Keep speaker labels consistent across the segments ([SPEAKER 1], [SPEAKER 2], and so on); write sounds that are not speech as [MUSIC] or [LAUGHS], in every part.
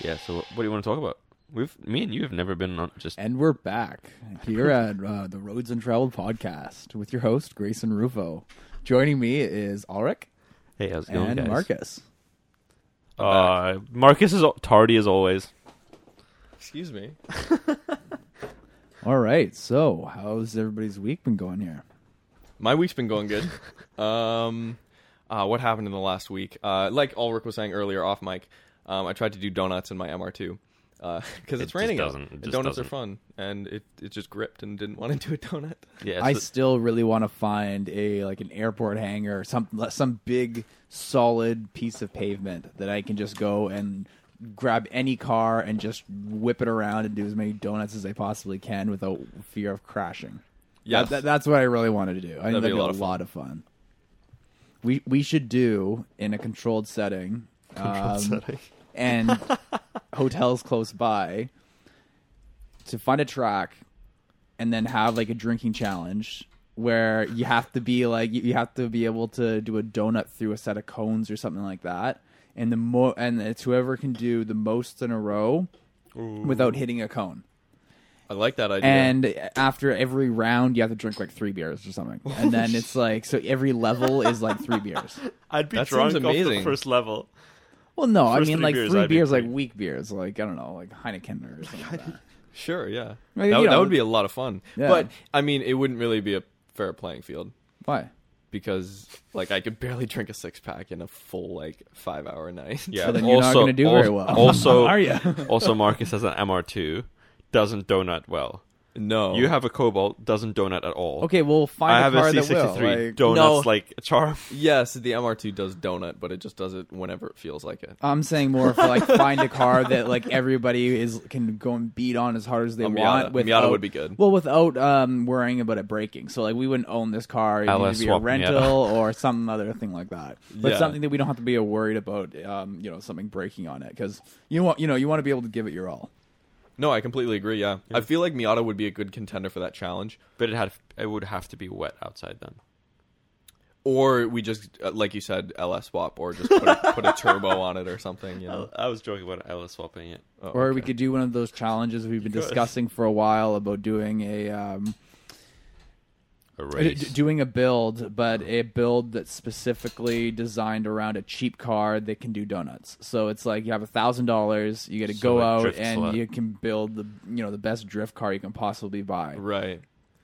[SPEAKER 1] Yeah. So what do you want to talk about? We've me and you have never been on just
[SPEAKER 2] And we're back here at uh, the Roads Untraveled podcast with your host, Grayson Rufo. Joining me is Ulrich
[SPEAKER 1] hey how's it going
[SPEAKER 2] and
[SPEAKER 1] guys?
[SPEAKER 2] Marcus.
[SPEAKER 1] Uh, Marcus is al- tardy as always.
[SPEAKER 3] Excuse me.
[SPEAKER 2] All right. So, how's everybody's week been going here?
[SPEAKER 3] My week's been going
[SPEAKER 1] [LAUGHS]
[SPEAKER 3] good. um, uh, what happened in the last week? Uh, like Ulrich was saying earlier off mic, um, I tried to do donuts in my MR2 [LAUGHS]
[SPEAKER 1] It
[SPEAKER 3] because uh, it's
[SPEAKER 1] just
[SPEAKER 3] raining. out.
[SPEAKER 1] doesn't- it
[SPEAKER 3] And
[SPEAKER 1] just
[SPEAKER 3] donuts
[SPEAKER 1] doesn't.
[SPEAKER 3] are fun, and it, it just gripped and didn't want to [LAUGHS] do a donut.
[SPEAKER 1] Yeah.
[SPEAKER 2] I
[SPEAKER 1] so-
[SPEAKER 2] still really want to find a like an airport hangar, or some some big solid piece of pavement that I can just go and grab any car and just whip it around and do as many donuts as I possibly can without fear of crashing.
[SPEAKER 3] Yes.
[SPEAKER 2] That- that- that's what I really wanted to do. I think
[SPEAKER 3] That'd
[SPEAKER 2] that'd
[SPEAKER 3] be
[SPEAKER 2] be a lot, of, fun. We we should do in a controlled setting, um,
[SPEAKER 1] setting.
[SPEAKER 2] and hotels close by to find a track and then have like a drinking challenge where you have to be like you- you have to be able to do a donut through a set of cones or something like that and the mo and it's whoever can do the most in a row without hitting a cone
[SPEAKER 3] I like that idea.
[SPEAKER 2] and after every round you have to drink like three beers or something and [LAUGHS] then it's like so every level is like three beers
[SPEAKER 1] I'd be
[SPEAKER 3] That
[SPEAKER 1] drunk
[SPEAKER 3] seems
[SPEAKER 1] off the
[SPEAKER 3] amazing.
[SPEAKER 1] first level.
[SPEAKER 2] well no i
[SPEAKER 1] First
[SPEAKER 2] mean
[SPEAKER 1] three
[SPEAKER 2] like
[SPEAKER 1] beers,
[SPEAKER 2] three
[SPEAKER 1] I'd be
[SPEAKER 2] beers like
[SPEAKER 1] pretty-
[SPEAKER 2] weak beers like i don't know like heineken or something like that.
[SPEAKER 3] sure, yeah.
[SPEAKER 2] Well,
[SPEAKER 3] that,
[SPEAKER 2] you
[SPEAKER 3] would-
[SPEAKER 2] know,
[SPEAKER 3] that would be a lot of fun.
[SPEAKER 2] Yeah.
[SPEAKER 3] But I mean, it wouldn't really be a fair playing field
[SPEAKER 2] why
[SPEAKER 3] because like I could barely drink a six pack in a full like five hour night.
[SPEAKER 1] Yeah.
[SPEAKER 2] So then
[SPEAKER 1] also,
[SPEAKER 2] you're not gonna do
[SPEAKER 1] al-
[SPEAKER 2] very well.
[SPEAKER 1] Also,
[SPEAKER 2] [LAUGHS] Are ya?
[SPEAKER 1] also, Marcus has an MR2, doesn't donut well.
[SPEAKER 3] [LAUGHS] No,
[SPEAKER 1] You have a Cobalt, doesn't donut at all.
[SPEAKER 2] Oh. okay well we'll find
[SPEAKER 1] I
[SPEAKER 2] a
[SPEAKER 1] have a
[SPEAKER 2] car that will
[SPEAKER 1] C63,
[SPEAKER 2] like-
[SPEAKER 1] donuts
[SPEAKER 3] No.
[SPEAKER 1] like a charm. [LAUGHS]
[SPEAKER 3] Yes, the MR2 does donut, but it just does it whenever it feels like it.
[SPEAKER 2] I'm saying more for like find a car that like everybody is can go and beat on as hard as they
[SPEAKER 3] A Miata.
[SPEAKER 2] want.
[SPEAKER 3] Miata
[SPEAKER 2] without-
[SPEAKER 3] would be good.
[SPEAKER 2] Well, without um, worrying about it breaking. So like we wouldn't own this car. It would
[SPEAKER 1] LS
[SPEAKER 2] either be a
[SPEAKER 1] swap Miata.
[SPEAKER 2] rental or some other thing like that. But
[SPEAKER 3] Yeah.
[SPEAKER 2] something that we don't have to be worried about. Um, you know, something breaking on it because you want you know you want to be able to give it your all.
[SPEAKER 3] No, I completely agree. Yeah. I feel like Miata would be a good contender for that challenge,
[SPEAKER 1] But it had it would have to be wet outside then.
[SPEAKER 3] or we just, uh, like you said, LS swap, or just put [LAUGHS] a, put a turbo on it or something. You know,
[SPEAKER 1] I was joking about LS swapping it.
[SPEAKER 3] Oh,
[SPEAKER 2] or we
[SPEAKER 3] okay.
[SPEAKER 2] could do one of those challenges we've been
[SPEAKER 1] could.
[SPEAKER 2] discussing for a while about doing a um,
[SPEAKER 1] A
[SPEAKER 2] D-
[SPEAKER 1] race.
[SPEAKER 2] d- doing a build, but a build that's specifically designed around a cheap car that can do donuts. So it's like you have a thousand dollars, you got to
[SPEAKER 1] So
[SPEAKER 2] go
[SPEAKER 1] like
[SPEAKER 2] out
[SPEAKER 1] drift
[SPEAKER 2] and
[SPEAKER 1] slut.
[SPEAKER 2] you can build the you know the best drift car you can possibly buy.
[SPEAKER 3] right.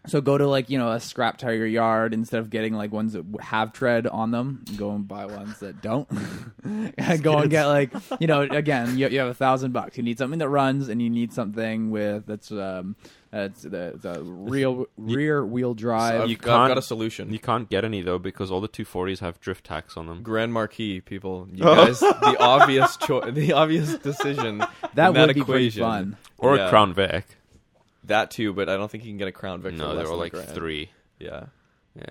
[SPEAKER 2] So go to like you know a scrap tire yard instead of getting like ones that w- have tread on them. Go and buy ones that don't. [LAUGHS] And go and get like you know again you, you have a thousand bucks. You need something that runs and you need something with that's um that's the the real rear wheel drive.
[SPEAKER 3] Uh, I've,
[SPEAKER 1] you
[SPEAKER 3] got, I've
[SPEAKER 1] can't-
[SPEAKER 3] got a solution.
[SPEAKER 1] you can't get any though because all the 240s have drift tacks on them.
[SPEAKER 3] Grand Marquis, people, you guys, the [LAUGHS] obvious choice, the obvious [LAUGHS] decision.
[SPEAKER 2] That
[SPEAKER 3] in
[SPEAKER 2] would
[SPEAKER 3] that
[SPEAKER 2] be pretty
[SPEAKER 3] equation.
[SPEAKER 2] fun.
[SPEAKER 1] Or
[SPEAKER 3] Yeah,
[SPEAKER 1] a Crown Vic.
[SPEAKER 3] That too, but I don't think you can get a Crown Vic.
[SPEAKER 1] No,
[SPEAKER 3] for
[SPEAKER 1] there
[SPEAKER 3] less
[SPEAKER 1] were
[SPEAKER 3] than a
[SPEAKER 1] like
[SPEAKER 3] grand.
[SPEAKER 1] three.
[SPEAKER 3] Yeah,
[SPEAKER 1] Yeah,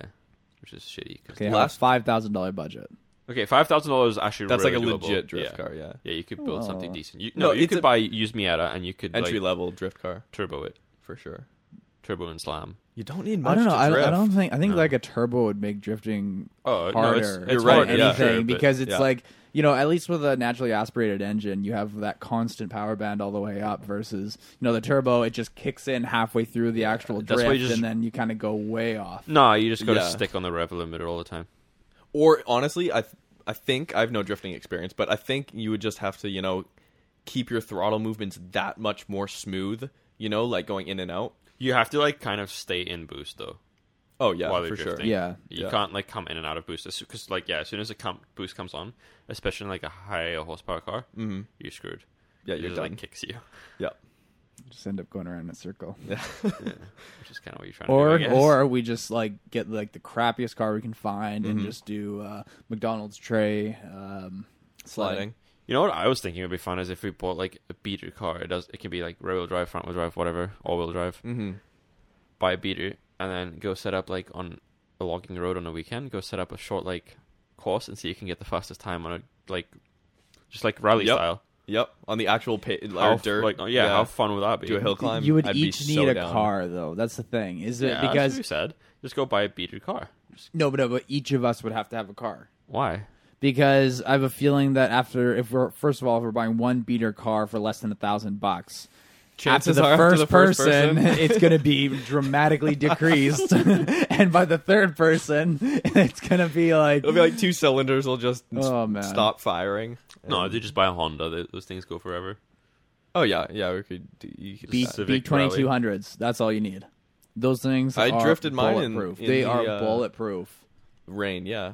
[SPEAKER 1] which is shitty. 'cause-
[SPEAKER 2] Okay,
[SPEAKER 3] Last-
[SPEAKER 2] last five thousand dollar budget.
[SPEAKER 1] Okay, five thousand dollars is actually
[SPEAKER 3] that's
[SPEAKER 1] really
[SPEAKER 3] like a
[SPEAKER 1] doable.
[SPEAKER 3] legit drift
[SPEAKER 1] yeah.
[SPEAKER 3] car. Yeah,
[SPEAKER 1] Yeah, you could build something
[SPEAKER 2] Oh.
[SPEAKER 1] decent. You, no,
[SPEAKER 3] No,
[SPEAKER 1] you
[SPEAKER 3] it's
[SPEAKER 1] could
[SPEAKER 3] a-
[SPEAKER 1] buy used Miata and you could
[SPEAKER 3] entry
[SPEAKER 1] like,
[SPEAKER 3] level drift car
[SPEAKER 1] turbo it,
[SPEAKER 3] for sure.
[SPEAKER 1] turbo and slam.
[SPEAKER 3] You don't need much.
[SPEAKER 2] I don't know.
[SPEAKER 3] To
[SPEAKER 2] I, don't-
[SPEAKER 3] drift.
[SPEAKER 2] I don't think. I think
[SPEAKER 1] No.
[SPEAKER 2] like a turbo would make drifting
[SPEAKER 1] Oh no,
[SPEAKER 2] harder.
[SPEAKER 1] it's,
[SPEAKER 2] than
[SPEAKER 1] it's
[SPEAKER 3] You're right,
[SPEAKER 1] hard,
[SPEAKER 2] anything
[SPEAKER 3] yeah.
[SPEAKER 1] sure, but-
[SPEAKER 2] because it's
[SPEAKER 3] yeah.
[SPEAKER 2] like you know, at least with a naturally aspirated engine, you have that constant power band all the way up. Versus you know the turbo, it just kicks in halfway through the actual
[SPEAKER 1] that's
[SPEAKER 2] drift,
[SPEAKER 1] why you just-
[SPEAKER 2] and then you kind of go way off.
[SPEAKER 1] no, you just got to
[SPEAKER 3] Yeah.
[SPEAKER 1] stick on the rev limiter all the time.
[SPEAKER 3] or honestly i th- i think i have no drifting experience but i think you would just have to you know keep your throttle movements that much more smooth you know like going in and out
[SPEAKER 1] You have to like kind of stay in boost though.
[SPEAKER 3] oh yeah
[SPEAKER 1] while they're
[SPEAKER 3] for sure
[SPEAKER 1] drifting.
[SPEAKER 2] Yeah.
[SPEAKER 1] you
[SPEAKER 3] Yeah.
[SPEAKER 1] can't like come in and out of boost because like yeah, as soon as a com- boost comes on, especially in, like a high horsepower car, mm you're screwed.
[SPEAKER 3] Mm-hmm. yeah
[SPEAKER 1] It
[SPEAKER 3] you're
[SPEAKER 1] just,
[SPEAKER 3] done
[SPEAKER 1] like kicks you, [LAUGHS]
[SPEAKER 3] yeah
[SPEAKER 2] Just end up going around in a circle.
[SPEAKER 1] which is kind of what you're trying
[SPEAKER 2] Or
[SPEAKER 1] to do. I guess.
[SPEAKER 2] or we just like get like the crappiest car we can find
[SPEAKER 1] Mm-hmm.
[SPEAKER 2] and just do uh, McDonald's tray um,
[SPEAKER 3] sliding
[SPEAKER 1] you know what I was thinking would be fun is if we bought like a beater car. It does it can be like rear wheel drive, front wheel drive, whatever, all wheel drive.
[SPEAKER 3] mm-hmm.
[SPEAKER 1] buy a beater and then go set up like on a logging road on a weekend go set up a short like course and see if you can get the fastest time on a like just like rally
[SPEAKER 3] Yep.
[SPEAKER 1] style
[SPEAKER 3] yep on the actual pa- or
[SPEAKER 1] how,
[SPEAKER 3] dirt
[SPEAKER 1] like, yeah, how fun would that be
[SPEAKER 3] do a hill climb
[SPEAKER 2] You would
[SPEAKER 3] I'd be
[SPEAKER 2] each
[SPEAKER 3] so
[SPEAKER 2] need a
[SPEAKER 3] down.
[SPEAKER 2] car, though. That's the thing. Is it
[SPEAKER 1] yeah,
[SPEAKER 2] because
[SPEAKER 1] you said just go buy a beater car Just-
[SPEAKER 2] no, but no, but each of us would have to have a car
[SPEAKER 1] why
[SPEAKER 2] because I have a feeling that after if we're first of all if we're buying one beater car for less than a thousand bucks. After
[SPEAKER 3] Chances
[SPEAKER 2] the,
[SPEAKER 3] are, after
[SPEAKER 2] first
[SPEAKER 3] the first
[SPEAKER 2] person, [LAUGHS]
[SPEAKER 3] person-
[SPEAKER 2] it's going to be dramatically
[SPEAKER 3] [LAUGHS]
[SPEAKER 2] decreased, [LAUGHS] and by the third person, [LAUGHS] it's going to be like
[SPEAKER 3] It'll be like two cylinders will just s-
[SPEAKER 2] Oh, man.
[SPEAKER 3] stop firing.
[SPEAKER 1] No, they just buy a Honda. They, those things go forever.
[SPEAKER 3] Oh yeah, yeah. We could. do- You could
[SPEAKER 2] B
[SPEAKER 1] Civic
[SPEAKER 2] B twenty two hundreds. That's all you need. Those things.
[SPEAKER 3] I
[SPEAKER 2] are
[SPEAKER 3] drifted mine in-
[SPEAKER 2] bulletproof.
[SPEAKER 3] in
[SPEAKER 2] they
[SPEAKER 3] the,
[SPEAKER 2] are
[SPEAKER 3] uh,
[SPEAKER 2] bulletproof.
[SPEAKER 3] rain. Yeah.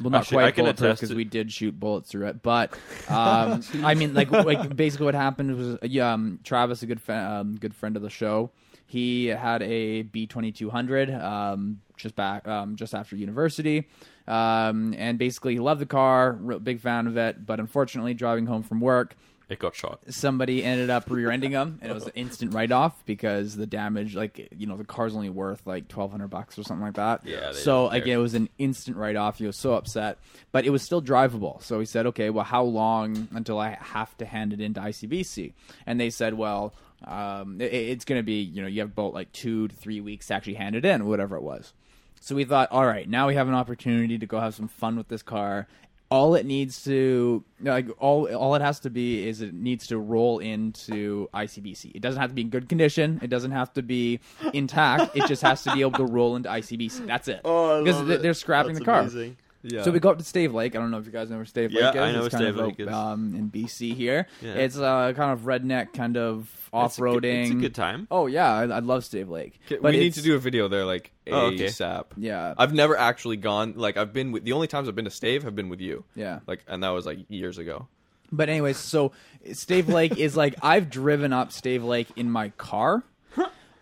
[SPEAKER 2] Well, not
[SPEAKER 1] Actually, I
[SPEAKER 2] quite
[SPEAKER 1] can
[SPEAKER 2] bulletproof
[SPEAKER 1] attest
[SPEAKER 2] because
[SPEAKER 1] to-
[SPEAKER 2] we did shoot bullets through it. But um, I mean, like, like basically what happened was, yeah, um, Travis, a good fe- um, good friend of the show, he had a B twenty two hundred um, just back um, just after university, um, and basically he loved the car, real big fan of it. But unfortunately, driving home from work,
[SPEAKER 1] It got shot.
[SPEAKER 2] somebody ended up rear-ending him, and it was an instant write-off because the damage, like you know, the car's only worth like twelve hundred bucks or something like that.
[SPEAKER 1] Yeah, they
[SPEAKER 2] So
[SPEAKER 1] don't care.
[SPEAKER 2] like it was an instant write-off. He was so upset, but it was still drivable. So he said, "Okay, well, how long until I have to hand it into ICBC?" And they said, "Well, um, it, it's going to be you know you have about like two to three weeks to actually hand it in, whatever it was." So we thought, all right, now we have an opportunity to go have some fun with this car. All it needs to like all all it has to be is it needs to roll into ICBC. It doesn't have to be in good condition. It doesn't have to be intact. it just has to be able to roll into ICBC. That's it.
[SPEAKER 1] Oh, I
[SPEAKER 2] because
[SPEAKER 1] love
[SPEAKER 2] they-
[SPEAKER 1] it.
[SPEAKER 2] they're scrapping
[SPEAKER 1] That's
[SPEAKER 2] the car.
[SPEAKER 1] amazing.
[SPEAKER 3] Yeah.
[SPEAKER 2] So we go up to Stave Lake. I don't know if you guys know where Stave
[SPEAKER 1] Yeah,
[SPEAKER 2] Lake is.
[SPEAKER 1] I know
[SPEAKER 2] it's
[SPEAKER 1] where
[SPEAKER 2] kind
[SPEAKER 1] Stave
[SPEAKER 2] of
[SPEAKER 1] Lake
[SPEAKER 2] out,
[SPEAKER 1] is.
[SPEAKER 2] um, in BC here.
[SPEAKER 1] Yeah.
[SPEAKER 2] It's uh, kind of redneck, kind of
[SPEAKER 1] It's a good-
[SPEAKER 2] off-roading.
[SPEAKER 1] It's a good time.
[SPEAKER 2] Oh yeah, I, I love Stave Lake.
[SPEAKER 3] Okay,
[SPEAKER 2] But
[SPEAKER 3] we need
[SPEAKER 2] it's-
[SPEAKER 3] to do a video there, like
[SPEAKER 1] Oh, okay.
[SPEAKER 3] ASAP.
[SPEAKER 2] Yeah.
[SPEAKER 3] I've never actually gone. Like I've been with the only times I've been to Stave have been with you.
[SPEAKER 2] Yeah.
[SPEAKER 3] Like and that was like years ago.
[SPEAKER 2] But anyways, so Stave Lake is like [LAUGHS] I've driven up Stave Lake in
[SPEAKER 1] [LAUGHS]
[SPEAKER 2] my car.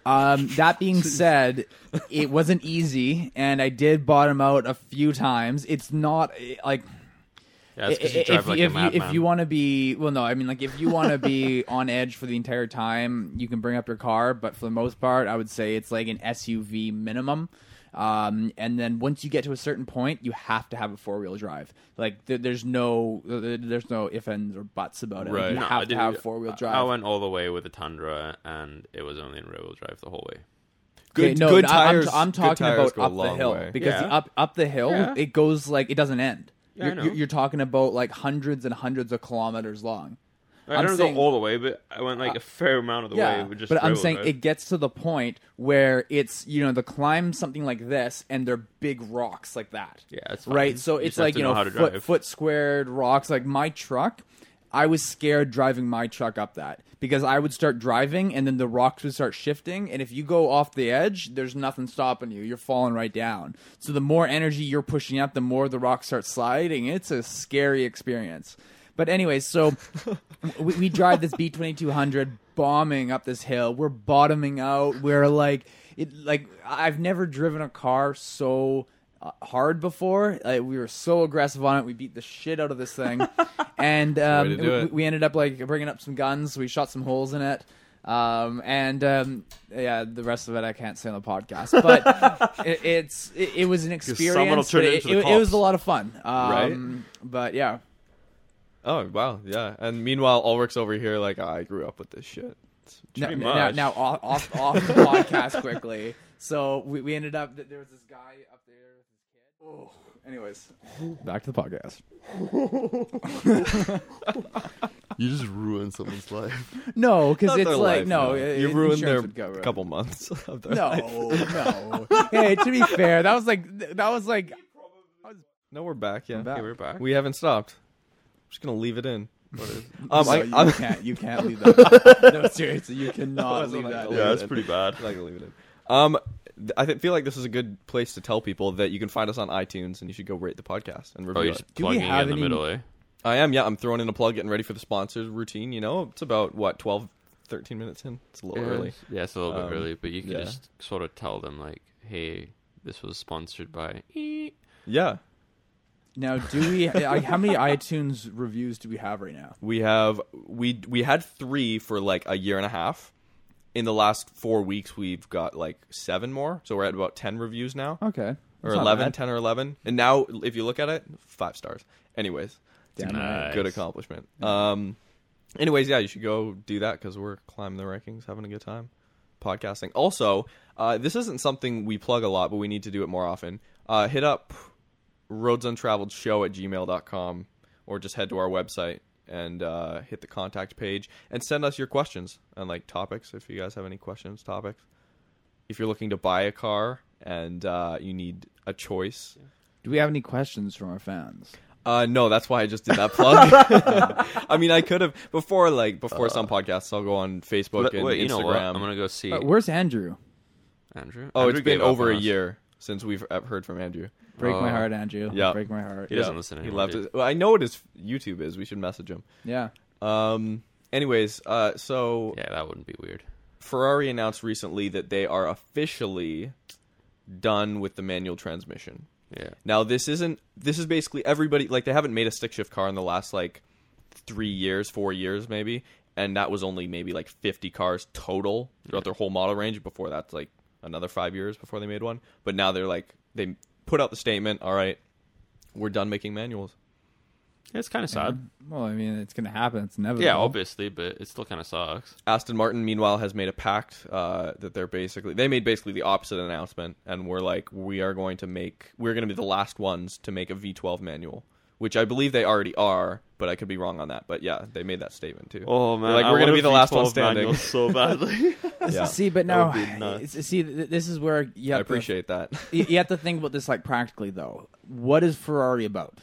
[SPEAKER 2] Um, that being said, it wasn't easy, and I did bottom out a few times. It's not eh, like
[SPEAKER 1] Yeah, it's 'cause
[SPEAKER 2] i-
[SPEAKER 1] you
[SPEAKER 2] i-
[SPEAKER 1] drive
[SPEAKER 2] if,
[SPEAKER 1] like
[SPEAKER 2] if
[SPEAKER 1] a
[SPEAKER 2] you,
[SPEAKER 1] madman.
[SPEAKER 2] if you want to be well, no, I mean like if you want
[SPEAKER 1] [LAUGHS]
[SPEAKER 2] to be on edge for the entire time, you can bring up your car. But for the most part, I would say it's like an SUV minimum. Um, and then once you get to a certain point, you have to have a four wheel drive. Like there, there's no there- there's no if ands or buts about it. Like,
[SPEAKER 3] Right.
[SPEAKER 2] you
[SPEAKER 1] No, I
[SPEAKER 2] have to
[SPEAKER 1] didn't- e-
[SPEAKER 2] have four wheel drive.
[SPEAKER 1] I went all the way with the Tundra, and it was only in rear wheel drive the whole way.
[SPEAKER 2] Okay,
[SPEAKER 3] Good-
[SPEAKER 2] no,
[SPEAKER 3] good
[SPEAKER 2] no, I'm-
[SPEAKER 3] tires-
[SPEAKER 2] I'm, I'm
[SPEAKER 3] good
[SPEAKER 2] talking
[SPEAKER 3] tires
[SPEAKER 2] about
[SPEAKER 3] go a
[SPEAKER 2] up the
[SPEAKER 3] long
[SPEAKER 2] hill
[SPEAKER 3] way.
[SPEAKER 2] because the
[SPEAKER 1] Yeah.
[SPEAKER 2] up up the hill
[SPEAKER 1] Yeah.
[SPEAKER 2] it goes like it doesn't end.
[SPEAKER 1] Yeah, I
[SPEAKER 2] you're,
[SPEAKER 1] know.
[SPEAKER 2] you're, you're talking about like hundreds and hundreds of kilometers long.
[SPEAKER 1] I
[SPEAKER 2] I'm
[SPEAKER 1] don't
[SPEAKER 2] saying-
[SPEAKER 1] go all the way, but I went like a fair amount of the
[SPEAKER 2] yeah,
[SPEAKER 1] way. With just
[SPEAKER 2] but I'm
[SPEAKER 1] rear-wheel
[SPEAKER 2] saying
[SPEAKER 1] drive.
[SPEAKER 2] it gets to the point where it's you know the climb something like this and they're big rocks like that.
[SPEAKER 1] Yeah, it's fine.
[SPEAKER 2] right. So
[SPEAKER 1] You
[SPEAKER 2] it's
[SPEAKER 1] just have
[SPEAKER 2] like
[SPEAKER 1] to
[SPEAKER 2] you
[SPEAKER 1] know
[SPEAKER 2] know,
[SPEAKER 1] how to
[SPEAKER 2] foot
[SPEAKER 1] drive.
[SPEAKER 2] foot squared rocks. Like my truck, I was scared driving my truck up that because I would start driving and then the rocks would start shifting and if you go off the edge, there's nothing stopping you. You're falling right down. So the more energy you're pushing up, the more the rocks start sliding. It's a scary experience. But anyway, so we, we drive this B twenty two hundred bombing up this hill. We're bottoming out. We're like it like I've never driven a car so uh, hard before. Like, we were so aggressive on it. We beat the shit out of this thing,
[SPEAKER 1] [LAUGHS]
[SPEAKER 2] and um,
[SPEAKER 3] way to do
[SPEAKER 2] we,
[SPEAKER 3] it.
[SPEAKER 2] we ended up like bringing up some guns. We shot some holes in it. Um and um yeah the rest of it I can't say on the podcast but
[SPEAKER 1] [LAUGHS]
[SPEAKER 2] it, it's it, it was an experience
[SPEAKER 1] someone will turn
[SPEAKER 2] but
[SPEAKER 1] it
[SPEAKER 2] it,
[SPEAKER 1] into the
[SPEAKER 2] it- it was
[SPEAKER 1] cops.
[SPEAKER 2] a lot of fun um but yeah
[SPEAKER 3] Oh wow, yeah. And meanwhile, Ulrich's over here like I grew up with this shit. It's
[SPEAKER 2] now,
[SPEAKER 1] Pretty
[SPEAKER 2] now-
[SPEAKER 1] much.
[SPEAKER 2] now off off,
[SPEAKER 3] [LAUGHS]
[SPEAKER 2] off the podcast quickly. So we, we ended up there was this guy up there with his kid. Oh, anyways, back to the [LAUGHS] podcast.
[SPEAKER 4] You just ruined someone's life.
[SPEAKER 2] No, because
[SPEAKER 3] not
[SPEAKER 2] it's
[SPEAKER 3] their
[SPEAKER 2] like
[SPEAKER 3] life,
[SPEAKER 2] no,
[SPEAKER 3] you
[SPEAKER 2] uh,
[SPEAKER 3] ruined
[SPEAKER 2] insurance
[SPEAKER 3] their
[SPEAKER 2] would cover it.
[SPEAKER 3] couple months [LAUGHS] of their
[SPEAKER 2] No,
[SPEAKER 3] life.
[SPEAKER 2] [LAUGHS] no. hey, to be fair, that was like that was like
[SPEAKER 3] No, we're back. Yeah,
[SPEAKER 1] Okay, we're back.
[SPEAKER 3] we haven't stopped. I'm just gonna leave it in.
[SPEAKER 2] [LAUGHS] um,
[SPEAKER 3] Um, I, [LAUGHS]
[SPEAKER 2] you
[SPEAKER 3] I'm
[SPEAKER 2] can't you can't leave
[SPEAKER 3] [LAUGHS]
[SPEAKER 2] that. no, seriously, you cannot leave
[SPEAKER 3] like
[SPEAKER 2] that.
[SPEAKER 3] a
[SPEAKER 1] yeah, that's
[SPEAKER 3] it.
[SPEAKER 1] pretty bad.
[SPEAKER 3] not gonna leave it in. Um, th- I th- feel like this is a good place to tell people that you can find us on iTunes and you should go rate the podcast and
[SPEAKER 1] Oh,
[SPEAKER 3] review
[SPEAKER 1] you're
[SPEAKER 3] it.
[SPEAKER 1] just
[SPEAKER 2] Do we
[SPEAKER 1] plugging
[SPEAKER 2] have
[SPEAKER 1] in the
[SPEAKER 2] any-
[SPEAKER 1] middle, eh?
[SPEAKER 3] I am, yeah. I'm throwing in a plug, getting ready for the sponsors routine. You know, it's about what 12, 13 minutes in. It's a little early.
[SPEAKER 1] Yeah, it's a little
[SPEAKER 3] Um,
[SPEAKER 1] bit early, but you can
[SPEAKER 3] yeah.
[SPEAKER 1] just sort of tell them like, "Hey, this was sponsored by." [LAUGHS] Eep.
[SPEAKER 3] Yeah,
[SPEAKER 2] Now, do we? Like, how many iTunes reviews do we have right now?
[SPEAKER 3] we have we we had three for like a year and a half. In the last four weeks, we've got like seven more, so we're at about ten reviews now,
[SPEAKER 2] Okay, Oh,
[SPEAKER 3] or
[SPEAKER 2] That's not
[SPEAKER 3] 11,
[SPEAKER 2] bad.
[SPEAKER 3] 10 or eleven. And now, if you look at it, five stars. Anyways,
[SPEAKER 2] Damn
[SPEAKER 1] Nah.
[SPEAKER 2] right.
[SPEAKER 1] Nice.
[SPEAKER 3] good accomplishment. Um, anyways, yeah, you should go do that because we're climbing the rankings, having a good time, podcasting. Also, uh, this isn't something we plug a lot, but we need to do it more often. Uh, hit up roadsuntraveled show at gmail.com or just head to our website and uh, hit the contact page and send us your questions and like topics if you guys have any questions topics if you're looking to buy a car and uh, you need a choice
[SPEAKER 2] Do we have any questions from our fans?
[SPEAKER 3] uh, no that's why i
[SPEAKER 1] [LAUGHS]
[SPEAKER 3] just did that plug [LAUGHS] i mean i could have before like before some podcasts i'll go on facebook
[SPEAKER 1] Uh, But,
[SPEAKER 3] and
[SPEAKER 1] wait,
[SPEAKER 3] instagram
[SPEAKER 1] you know what? I'm gonna go see
[SPEAKER 2] Uh, where's Andrew?
[SPEAKER 1] Andrew.
[SPEAKER 3] oh
[SPEAKER 1] Andrew
[SPEAKER 3] it's been
[SPEAKER 1] gave up
[SPEAKER 3] over
[SPEAKER 1] on
[SPEAKER 3] a
[SPEAKER 1] us.
[SPEAKER 3] year since we've uh, heard from andrew
[SPEAKER 2] Break my
[SPEAKER 1] Oh.
[SPEAKER 2] heart, Andrew.
[SPEAKER 3] Yeah.
[SPEAKER 2] Break my heart.
[SPEAKER 1] He Yeah. doesn't listen
[SPEAKER 3] he
[SPEAKER 1] anymore,
[SPEAKER 3] left
[SPEAKER 1] dude.
[SPEAKER 3] his, well, i know what his youtube is we should message him
[SPEAKER 2] Yeah.
[SPEAKER 3] Um. Anyways, uh, so
[SPEAKER 1] Yeah, that wouldn't be weird.
[SPEAKER 3] Ferrari announced recently that they are officially done with the manual transmission.
[SPEAKER 1] Yeah.
[SPEAKER 3] Now, this isn't. This is basically everybody. Like, they haven't made a stick shift car in the last like three years, four years, maybe. And that was only maybe like fifty cars total throughout their whole model range. Before that's like another five years before they made one. But now they're like they put out the statement. All right, we're done making manuals.
[SPEAKER 1] It's kind of sad.
[SPEAKER 2] Well, I mean, it's gonna happen. It's inevitable.
[SPEAKER 1] Uh, Yeah, obviously, but it still kind of sucks.
[SPEAKER 3] Aston Martin, meanwhile, has made a pact uh, that they're basically they made basically the opposite announcement, and we're like, we are going to make we're going to be the last ones to make a V12 manual, which I believe they already are, but I could be wrong on that. But yeah, they made that statement too.
[SPEAKER 1] Oh
[SPEAKER 3] man, like, I we're gonna want be a the last one V12 standing.
[SPEAKER 1] [LAUGHS]
[SPEAKER 3] manual
[SPEAKER 1] so badly.
[SPEAKER 3] yeah,
[SPEAKER 2] See, but
[SPEAKER 1] That
[SPEAKER 2] now,
[SPEAKER 1] would be nuts.
[SPEAKER 2] it's- see, th- this is where you
[SPEAKER 3] [LAUGHS] I
[SPEAKER 2] have to
[SPEAKER 3] appreciate that.
[SPEAKER 2] [LAUGHS] you, you have to think about this like practically though. What is Ferrari about?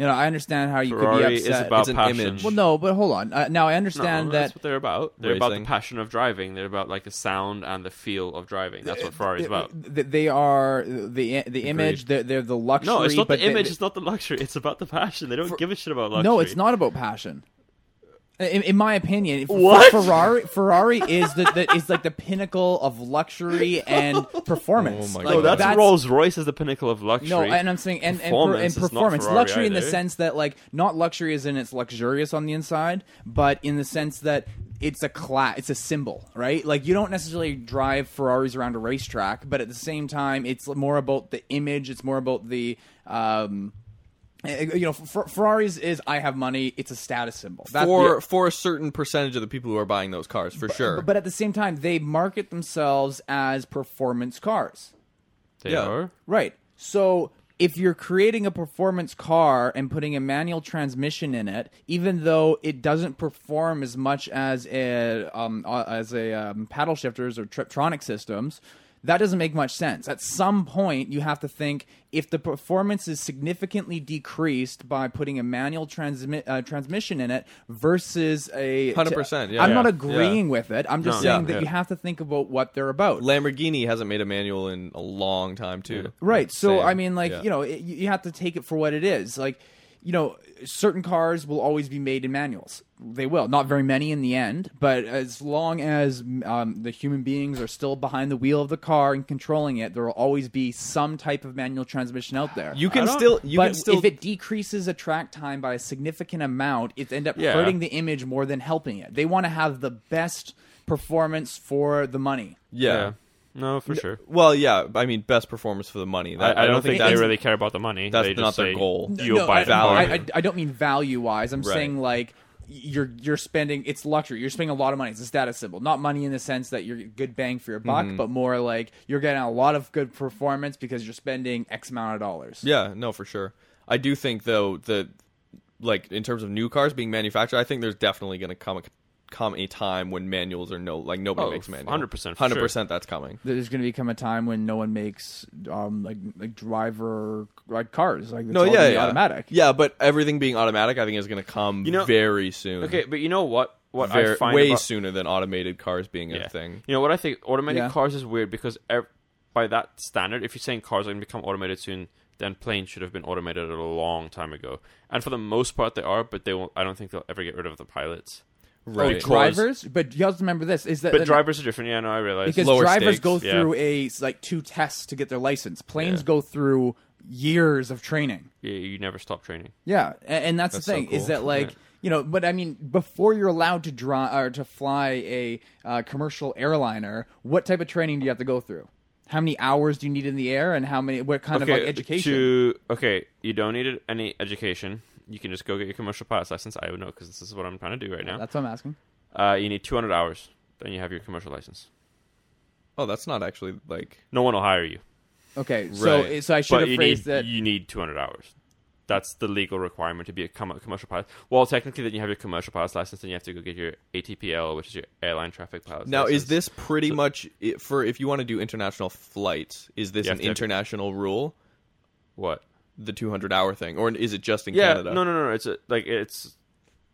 [SPEAKER 2] You know, I understand how you could
[SPEAKER 1] Ferrari
[SPEAKER 2] be
[SPEAKER 1] is
[SPEAKER 2] upset.
[SPEAKER 1] about
[SPEAKER 3] It's an
[SPEAKER 1] passion.
[SPEAKER 3] image.
[SPEAKER 2] well, no, but hold on. Uh, now I
[SPEAKER 1] No,
[SPEAKER 2] understand
[SPEAKER 1] that's
[SPEAKER 2] that
[SPEAKER 1] what they're about. They're about the
[SPEAKER 3] Racing.
[SPEAKER 1] passion of driving. They're about like the sound and the feel of driving. That's what Ferrari's about.
[SPEAKER 2] th- they are the the image. They're, they're the luxury.
[SPEAKER 1] No, it's not the
[SPEAKER 2] but they-
[SPEAKER 1] image. It's not the luxury. It's about the passion. They don't give a shit about luxury.
[SPEAKER 2] No, it's not about passion. In, in my opinion, f-
[SPEAKER 1] What?
[SPEAKER 2] Ferrari Ferrari is the, the is like the pinnacle
[SPEAKER 1] [LAUGHS]
[SPEAKER 2] of luxury and performance.
[SPEAKER 3] Oh my
[SPEAKER 2] Like,
[SPEAKER 1] No,
[SPEAKER 3] God.
[SPEAKER 1] that's, Rolls Royce as the pinnacle of luxury.
[SPEAKER 2] No, and I'm saying and and, per,
[SPEAKER 1] Performance
[SPEAKER 2] and
[SPEAKER 1] is not
[SPEAKER 2] performance
[SPEAKER 1] Ferrari eh?
[SPEAKER 2] luxury in the
[SPEAKER 1] either.
[SPEAKER 2] sense that like not luxury is in it's luxurious on the inside, but in the sense that it's a cla- it's a symbol, right? Like you don't necessarily drive Ferraris around a racetrack, but at the same time, it's more about the image. It's more about the. Um, eh, you know, Fer- Ferraris is I have money. It's a status symbol. That's the-
[SPEAKER 3] for for a certain percentage of the people who are buying those cars, for sure.
[SPEAKER 2] but at the same time, they market themselves as performance cars.
[SPEAKER 1] they
[SPEAKER 3] yeah.
[SPEAKER 1] are.
[SPEAKER 2] Right. So if you're creating a performance car and putting a manual transmission in it, even though it doesn't perform as much as a um, uh, as a um, paddle shifters or Triptronic systems, that doesn't make much sense. At some point, you have to think if the performance is significantly decreased by putting a manual transmi- uh, transmission in it versus a
[SPEAKER 3] 100%, yeah.
[SPEAKER 2] I'm not
[SPEAKER 3] Yeah.
[SPEAKER 2] agreeing with it. I'm just
[SPEAKER 1] No,
[SPEAKER 2] saying
[SPEAKER 3] yeah,
[SPEAKER 2] that
[SPEAKER 3] yeah.
[SPEAKER 2] you have to think about what they're about.
[SPEAKER 3] Lamborghini hasn't made a manual in a long time too.
[SPEAKER 2] Right. So
[SPEAKER 3] Same.
[SPEAKER 2] I mean, like
[SPEAKER 3] Yeah.
[SPEAKER 2] you know, it, you you have to take it for what it is. Like, you know, certain cars will always be made in manuals. They will. Not very many in the end, but as long as um, the human beings are still behind the wheel of the car and controlling it, there will always be some type of manual transmission out there.
[SPEAKER 3] You
[SPEAKER 1] I
[SPEAKER 3] can
[SPEAKER 1] don't-
[SPEAKER 3] still you
[SPEAKER 2] but
[SPEAKER 3] can still
[SPEAKER 2] if it decreases a track time by a significant amount, it end up
[SPEAKER 1] Yeah.
[SPEAKER 2] hurting the image more than helping it. They want to have the best performance for the money.
[SPEAKER 3] yeah.
[SPEAKER 1] No, for sure.
[SPEAKER 3] Well, yeah. I mean, best performance for the money.
[SPEAKER 1] I, I, don't
[SPEAKER 3] That-
[SPEAKER 1] think,
[SPEAKER 2] think
[SPEAKER 1] they
[SPEAKER 2] it's-
[SPEAKER 1] really care about the money.
[SPEAKER 3] That's
[SPEAKER 1] They
[SPEAKER 3] not
[SPEAKER 1] just
[SPEAKER 3] their
[SPEAKER 1] say,
[SPEAKER 3] goal.
[SPEAKER 1] You'll
[SPEAKER 2] no,
[SPEAKER 1] buy
[SPEAKER 2] I,
[SPEAKER 1] the
[SPEAKER 3] value.
[SPEAKER 2] I, I, I don't mean value wise. I'm
[SPEAKER 3] Right.
[SPEAKER 2] saying like you're you're spending. It's luxury. You're spending a lot of money. It's a status symbol, not money in the sense that you're good bang for your buck,
[SPEAKER 3] Mm-hmm.
[SPEAKER 2] but more like you're getting a lot of good performance because you're spending X amount of dollars.
[SPEAKER 3] Yeah, no, for sure. I do think though that like in terms of new cars being manufactured, I think there's definitely going to come a, come a time when manuals are no like nobody
[SPEAKER 1] Oh,
[SPEAKER 3] makes manuals.
[SPEAKER 1] 100% for sure.
[SPEAKER 3] hundred percent. That's coming.
[SPEAKER 2] There's going to become a time when no one makes um like like driver like cars like it's
[SPEAKER 3] No,
[SPEAKER 2] all
[SPEAKER 3] yeah,
[SPEAKER 2] gonna be
[SPEAKER 3] yeah,
[SPEAKER 2] automatic.
[SPEAKER 3] Yeah, but everything being automatic, I think is going to come
[SPEAKER 1] You know-
[SPEAKER 3] very soon.
[SPEAKER 1] Okay, but you know what? What I
[SPEAKER 3] Ver-
[SPEAKER 1] find
[SPEAKER 3] way
[SPEAKER 1] about,
[SPEAKER 3] sooner than automated cars being a thing.
[SPEAKER 1] You know what I think? Automated
[SPEAKER 2] Yeah.
[SPEAKER 1] cars is weird because ev- by that standard, if you're saying cars are going to become automated soon, then planes should have been automated a long time ago. And for the most part, they are, but they won't. I don't think they'll ever get rid of the pilots.
[SPEAKER 3] Right.
[SPEAKER 1] Cars-
[SPEAKER 2] Oh, Drivers, but you also remember this is that
[SPEAKER 1] But
[SPEAKER 2] that-
[SPEAKER 1] drivers are different. Yeah, no, I realize.
[SPEAKER 2] because
[SPEAKER 3] lower
[SPEAKER 2] drivers
[SPEAKER 3] stakes,
[SPEAKER 2] go
[SPEAKER 1] yeah.
[SPEAKER 2] through a like two tests to get their license. Planes go through years of training.
[SPEAKER 1] Yeah, you never stop training.
[SPEAKER 2] Yeah, a- and, that's,
[SPEAKER 3] That's
[SPEAKER 2] the
[SPEAKER 3] so
[SPEAKER 2] thing is
[SPEAKER 3] cool.
[SPEAKER 2] that like
[SPEAKER 1] Yeah.
[SPEAKER 2] you know, but I mean, before you're allowed to draw or to fly a uh, commercial airliner, what type of training do you have to go through? How many hours do you need in the air, and how many? What kind of like education?
[SPEAKER 1] To, okay, you don't need any education. You can just go get your commercial pilot's license. I would know because this is what I'm trying to do right now.
[SPEAKER 2] That's what I'm asking.
[SPEAKER 1] Uh, you need 200 hours, then you have your commercial license.
[SPEAKER 3] Oh, that's not actually like
[SPEAKER 1] No one will hire you.
[SPEAKER 2] Okay, so
[SPEAKER 3] Right.
[SPEAKER 2] so I should
[SPEAKER 1] But
[SPEAKER 2] have
[SPEAKER 1] you
[SPEAKER 2] phrased
[SPEAKER 1] need,
[SPEAKER 2] that.
[SPEAKER 1] you need 200 hours. That's the legal requirement to be a com- commercial pilot. Well, technically, then you have your commercial pilot's license, and you have to go get your ATPL, which is your airline traffic pilot.
[SPEAKER 3] Now, is this pretty much it for if you want to do international flights? Is this
[SPEAKER 1] You have
[SPEAKER 3] an
[SPEAKER 1] to have-
[SPEAKER 3] international rule,
[SPEAKER 1] what?
[SPEAKER 3] the 200 hour thing, or is it just in
[SPEAKER 1] Yeah,
[SPEAKER 3] Canada?
[SPEAKER 1] no, no, no. It's a, like it's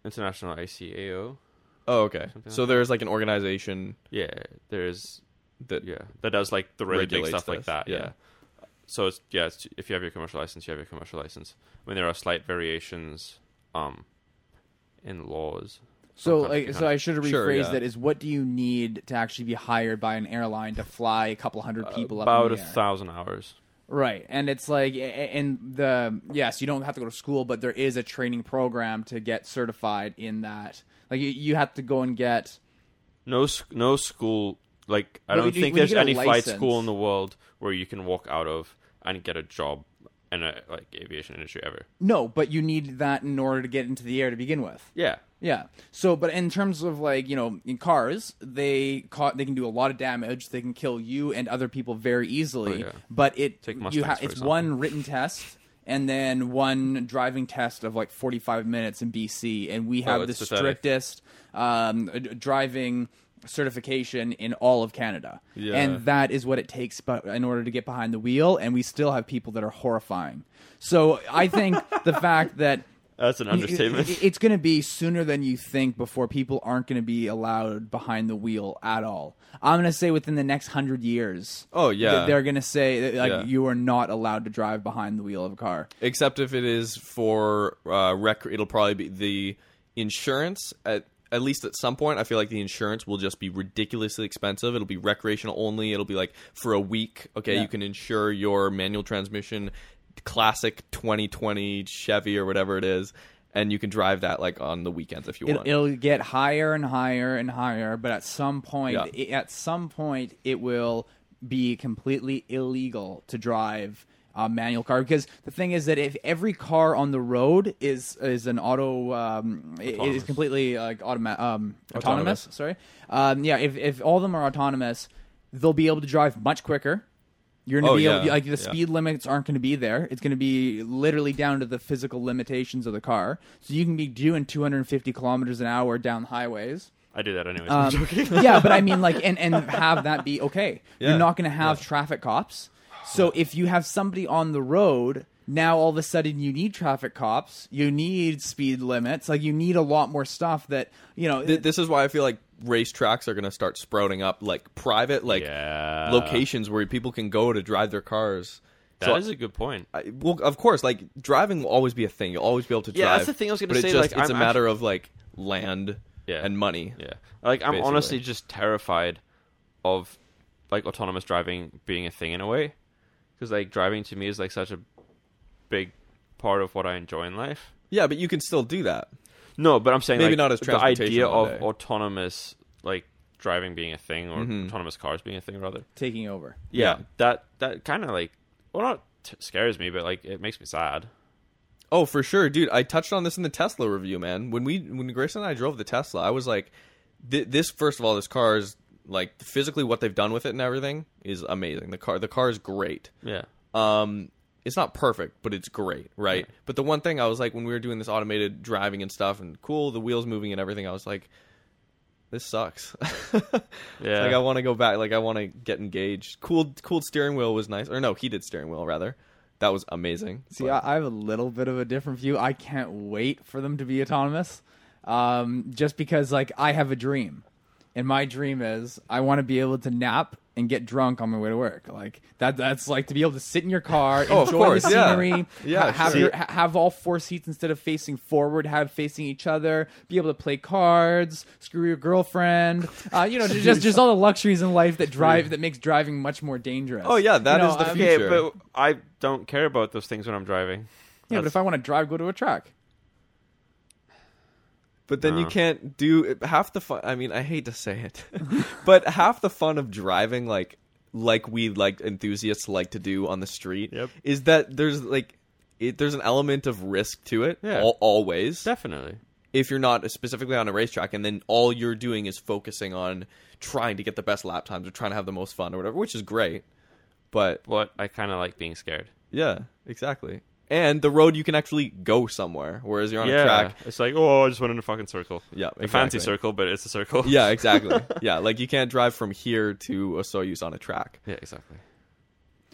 [SPEAKER 1] international ICAO.
[SPEAKER 3] Oh, okay.
[SPEAKER 1] Something
[SPEAKER 3] So
[SPEAKER 1] like
[SPEAKER 3] there's like an organization
[SPEAKER 1] Yeah, there's
[SPEAKER 3] that
[SPEAKER 1] yeah that does like the really big
[SPEAKER 3] Regulates
[SPEAKER 1] stuff like
[SPEAKER 3] this,
[SPEAKER 1] that. Yeah.
[SPEAKER 3] yeah.
[SPEAKER 1] So it's yeah, it's, if you have your commercial license, you have your commercial license. I mean, there are slight variations, um, in laws.
[SPEAKER 2] so
[SPEAKER 1] Sometimes you
[SPEAKER 2] like, so
[SPEAKER 1] have-
[SPEAKER 2] I should have rephrased
[SPEAKER 3] Sure, yeah.
[SPEAKER 2] that. Is what do you need to actually be hired by an airline to fly a couple
[SPEAKER 3] Uh,
[SPEAKER 2] hundred people up
[SPEAKER 1] about
[SPEAKER 2] in
[SPEAKER 1] a
[SPEAKER 2] the air?
[SPEAKER 1] thousand hours.
[SPEAKER 2] Right, and it's like, a- a- and the yes, you don't have to go to school, but there is a training program to get certified in that. Like you, you have to go and get.
[SPEAKER 1] No, s- no school. Like I
[SPEAKER 2] But
[SPEAKER 1] don't
[SPEAKER 2] when you-
[SPEAKER 1] think
[SPEAKER 2] when you
[SPEAKER 1] there's
[SPEAKER 2] get a
[SPEAKER 1] any flight
[SPEAKER 2] license-
[SPEAKER 1] school in the world where you can walk out of and get a job in a like aviation industry ever.
[SPEAKER 2] No, but you need that in order to get into the air to begin with.
[SPEAKER 1] Yeah,
[SPEAKER 2] Yeah. So, but in terms of like you know, in cars, they ca- they can do a lot of damage. They can kill you and other people very easily.
[SPEAKER 1] Oh, yeah.
[SPEAKER 2] But it
[SPEAKER 1] Take
[SPEAKER 2] you
[SPEAKER 1] Mustangs, for
[SPEAKER 2] it's
[SPEAKER 1] example.
[SPEAKER 2] one written test and then one driving test of like forty five minutes in BC, and we have
[SPEAKER 1] Oh,
[SPEAKER 2] the
[SPEAKER 1] it's pathetic.
[SPEAKER 2] strictest um, d- driving certification in all of Canada.
[SPEAKER 3] Yeah.
[SPEAKER 2] And that is what it takes but in order to get behind the wheel and we still have people that are horrifying. So I think the [LAUGHS] fact that
[SPEAKER 1] that's an understatement.
[SPEAKER 2] it- It's going to be sooner than you think before people aren't going to be allowed behind the wheel at all. I'm going to say within the next hundred years.
[SPEAKER 3] Oh, yeah.
[SPEAKER 2] th- they're going to say that, like
[SPEAKER 3] Yeah.
[SPEAKER 2] you are not allowed to drive behind the wheel of a car.
[SPEAKER 3] except if it is for uh, rec. It'll probably be the insurance at at least at some point. I feel like the insurance will just be ridiculously expensive. It'll be recreational only. It'll be like for a week. Okay,
[SPEAKER 2] Yeah.
[SPEAKER 3] you can insure your manual transmission, classic 2020 Chevy or whatever it is, and you can drive that like on the weekends if you
[SPEAKER 2] It,
[SPEAKER 3] want.
[SPEAKER 2] it'll get higher and higher and higher, but at some point,
[SPEAKER 3] Yeah.
[SPEAKER 2] it, at some point, it will be completely illegal to drive a manual car because the thing is that if every car on the road is is an auto um, i- is
[SPEAKER 1] Autonomous.
[SPEAKER 2] completely like automa- um, autonomous,
[SPEAKER 3] Autonomous.
[SPEAKER 2] sorry, um, yeah, if if all of them are autonomous, they'll be able to drive much quicker. You're gonna
[SPEAKER 3] Oh,
[SPEAKER 2] be
[SPEAKER 3] yeah.
[SPEAKER 2] able, like
[SPEAKER 3] Yeah.
[SPEAKER 2] the speed limits aren't going to be there. It's going to be literally down to the physical limitations of the car. So you can be doing 250 kilometers an hour down highways.
[SPEAKER 1] [LAUGHS] I do that [LAUGHS] anyways.
[SPEAKER 2] Um, yeah, but I mean, like, and and have that be okay.
[SPEAKER 3] Yeah.
[SPEAKER 2] You're not going to have traffic cops. So if you have somebody on the road. Now all of a sudden you need traffic cops, you need speed limits, like you need a lot more stuff that you know.
[SPEAKER 3] Th- this is why I feel like racetracks are going to start sprouting up, like private, like
[SPEAKER 1] yeah,
[SPEAKER 3] locations where people can go to drive their cars.
[SPEAKER 1] Uh, That is
[SPEAKER 3] So-
[SPEAKER 1] a good point.
[SPEAKER 3] I, well, of course, like driving will always be a thing. You'll always be able to drive.
[SPEAKER 1] Yeah, that's the thing I was gonna
[SPEAKER 3] but it's
[SPEAKER 1] say,
[SPEAKER 3] just-
[SPEAKER 1] like,
[SPEAKER 3] it's
[SPEAKER 1] I'm
[SPEAKER 3] a matter of like land
[SPEAKER 1] Yeah.
[SPEAKER 3] and money.
[SPEAKER 1] Yeah. Like I'm
[SPEAKER 3] Basically.
[SPEAKER 1] honestly just terrified of like autonomous driving being a thing in a way cuz like driving to me is like such a big part of what I enjoy in life.
[SPEAKER 3] Yeah, but you can still do that.
[SPEAKER 1] No, but I'm saying
[SPEAKER 3] Maybe
[SPEAKER 1] like,
[SPEAKER 3] not as
[SPEAKER 1] the idea
[SPEAKER 3] transportation one
[SPEAKER 1] of
[SPEAKER 3] day.
[SPEAKER 1] autonomous like driving being a thing or autonomous cars being a thing rather.
[SPEAKER 2] taking over.
[SPEAKER 1] Yeah,
[SPEAKER 3] Mm-hmm. Yeah.
[SPEAKER 1] that that kind of like well not t- scares me but like it makes me sad.
[SPEAKER 3] Oh, for sure, dude. I touched on this in the Tesla review, man. When we when Grayson and I drove the Tesla, I was like, th- this first of all, this car is like physically what they've done with it and everything is amazing. The car the car is great.
[SPEAKER 1] Yeah.
[SPEAKER 3] um it's not perfect but it's great right but the one thing i was like when we were doing this automated driving and stuff and cool the wheels moving and everything i was like this sucks [LAUGHS]
[SPEAKER 1] Yeah.
[SPEAKER 3] like i want to go back like i want to get engaged cooled cooled steering wheel was nice or no heated steering wheel rather that was amazing
[SPEAKER 2] See,
[SPEAKER 3] But-
[SPEAKER 2] I, I have a little bit of a different view. I can't wait for them to be autonomous, um, just because like I have a dream, and my dream is I want to be able to nap and get drunk on my way to work. Like that, that's like to be able to sit in your car,
[SPEAKER 3] Oh, of
[SPEAKER 2] enjoy
[SPEAKER 3] course,
[SPEAKER 2] the
[SPEAKER 3] yeah.
[SPEAKER 2] scenery,
[SPEAKER 3] Yeah,
[SPEAKER 2] ha- have
[SPEAKER 3] sure.
[SPEAKER 2] your, ha- have all four seats instead of facing forward, have facing each other, be able to play cards, screw your girlfriend, uh,
[SPEAKER 3] [LAUGHS]
[SPEAKER 2] you know, just just all the luxuries in life that drive that makes driving much more dangerous.
[SPEAKER 3] Oh, yeah,
[SPEAKER 2] that
[SPEAKER 3] that
[SPEAKER 2] is
[SPEAKER 3] is the future.
[SPEAKER 1] Okay,
[SPEAKER 3] Sure.
[SPEAKER 1] but I don't care about those things when I'm driving.
[SPEAKER 2] Yeah, but if I want to drive, go to a track.
[SPEAKER 3] But then you can't do half the fun. I mean, I hate to say it, [LAUGHS] but half the fun of driving, like like we like enthusiasts like to do on the street,
[SPEAKER 1] Yep.
[SPEAKER 3] is that there's like it, there's an element of risk to it.
[SPEAKER 1] Yeah.
[SPEAKER 3] al- always.
[SPEAKER 1] Definitely.
[SPEAKER 3] If you're not specifically on a racetrack, and then all you're doing is focusing on trying to get the best lap times or trying to have the most fun or whatever, which is great. But
[SPEAKER 1] but I kind of like being scared.
[SPEAKER 3] yeah, exactly. And the road you can actually go somewhere, whereas you're on a track.
[SPEAKER 1] It's like, oh, I just went in a fucking circle.
[SPEAKER 3] Yeah,
[SPEAKER 1] A fancy
[SPEAKER 3] exactly.
[SPEAKER 1] circle, but it's a circle.
[SPEAKER 3] Yeah, exactly. yeah, like you can't drive from here to Osoyoos on a track.
[SPEAKER 1] [LAUGHS] Yeah, exactly.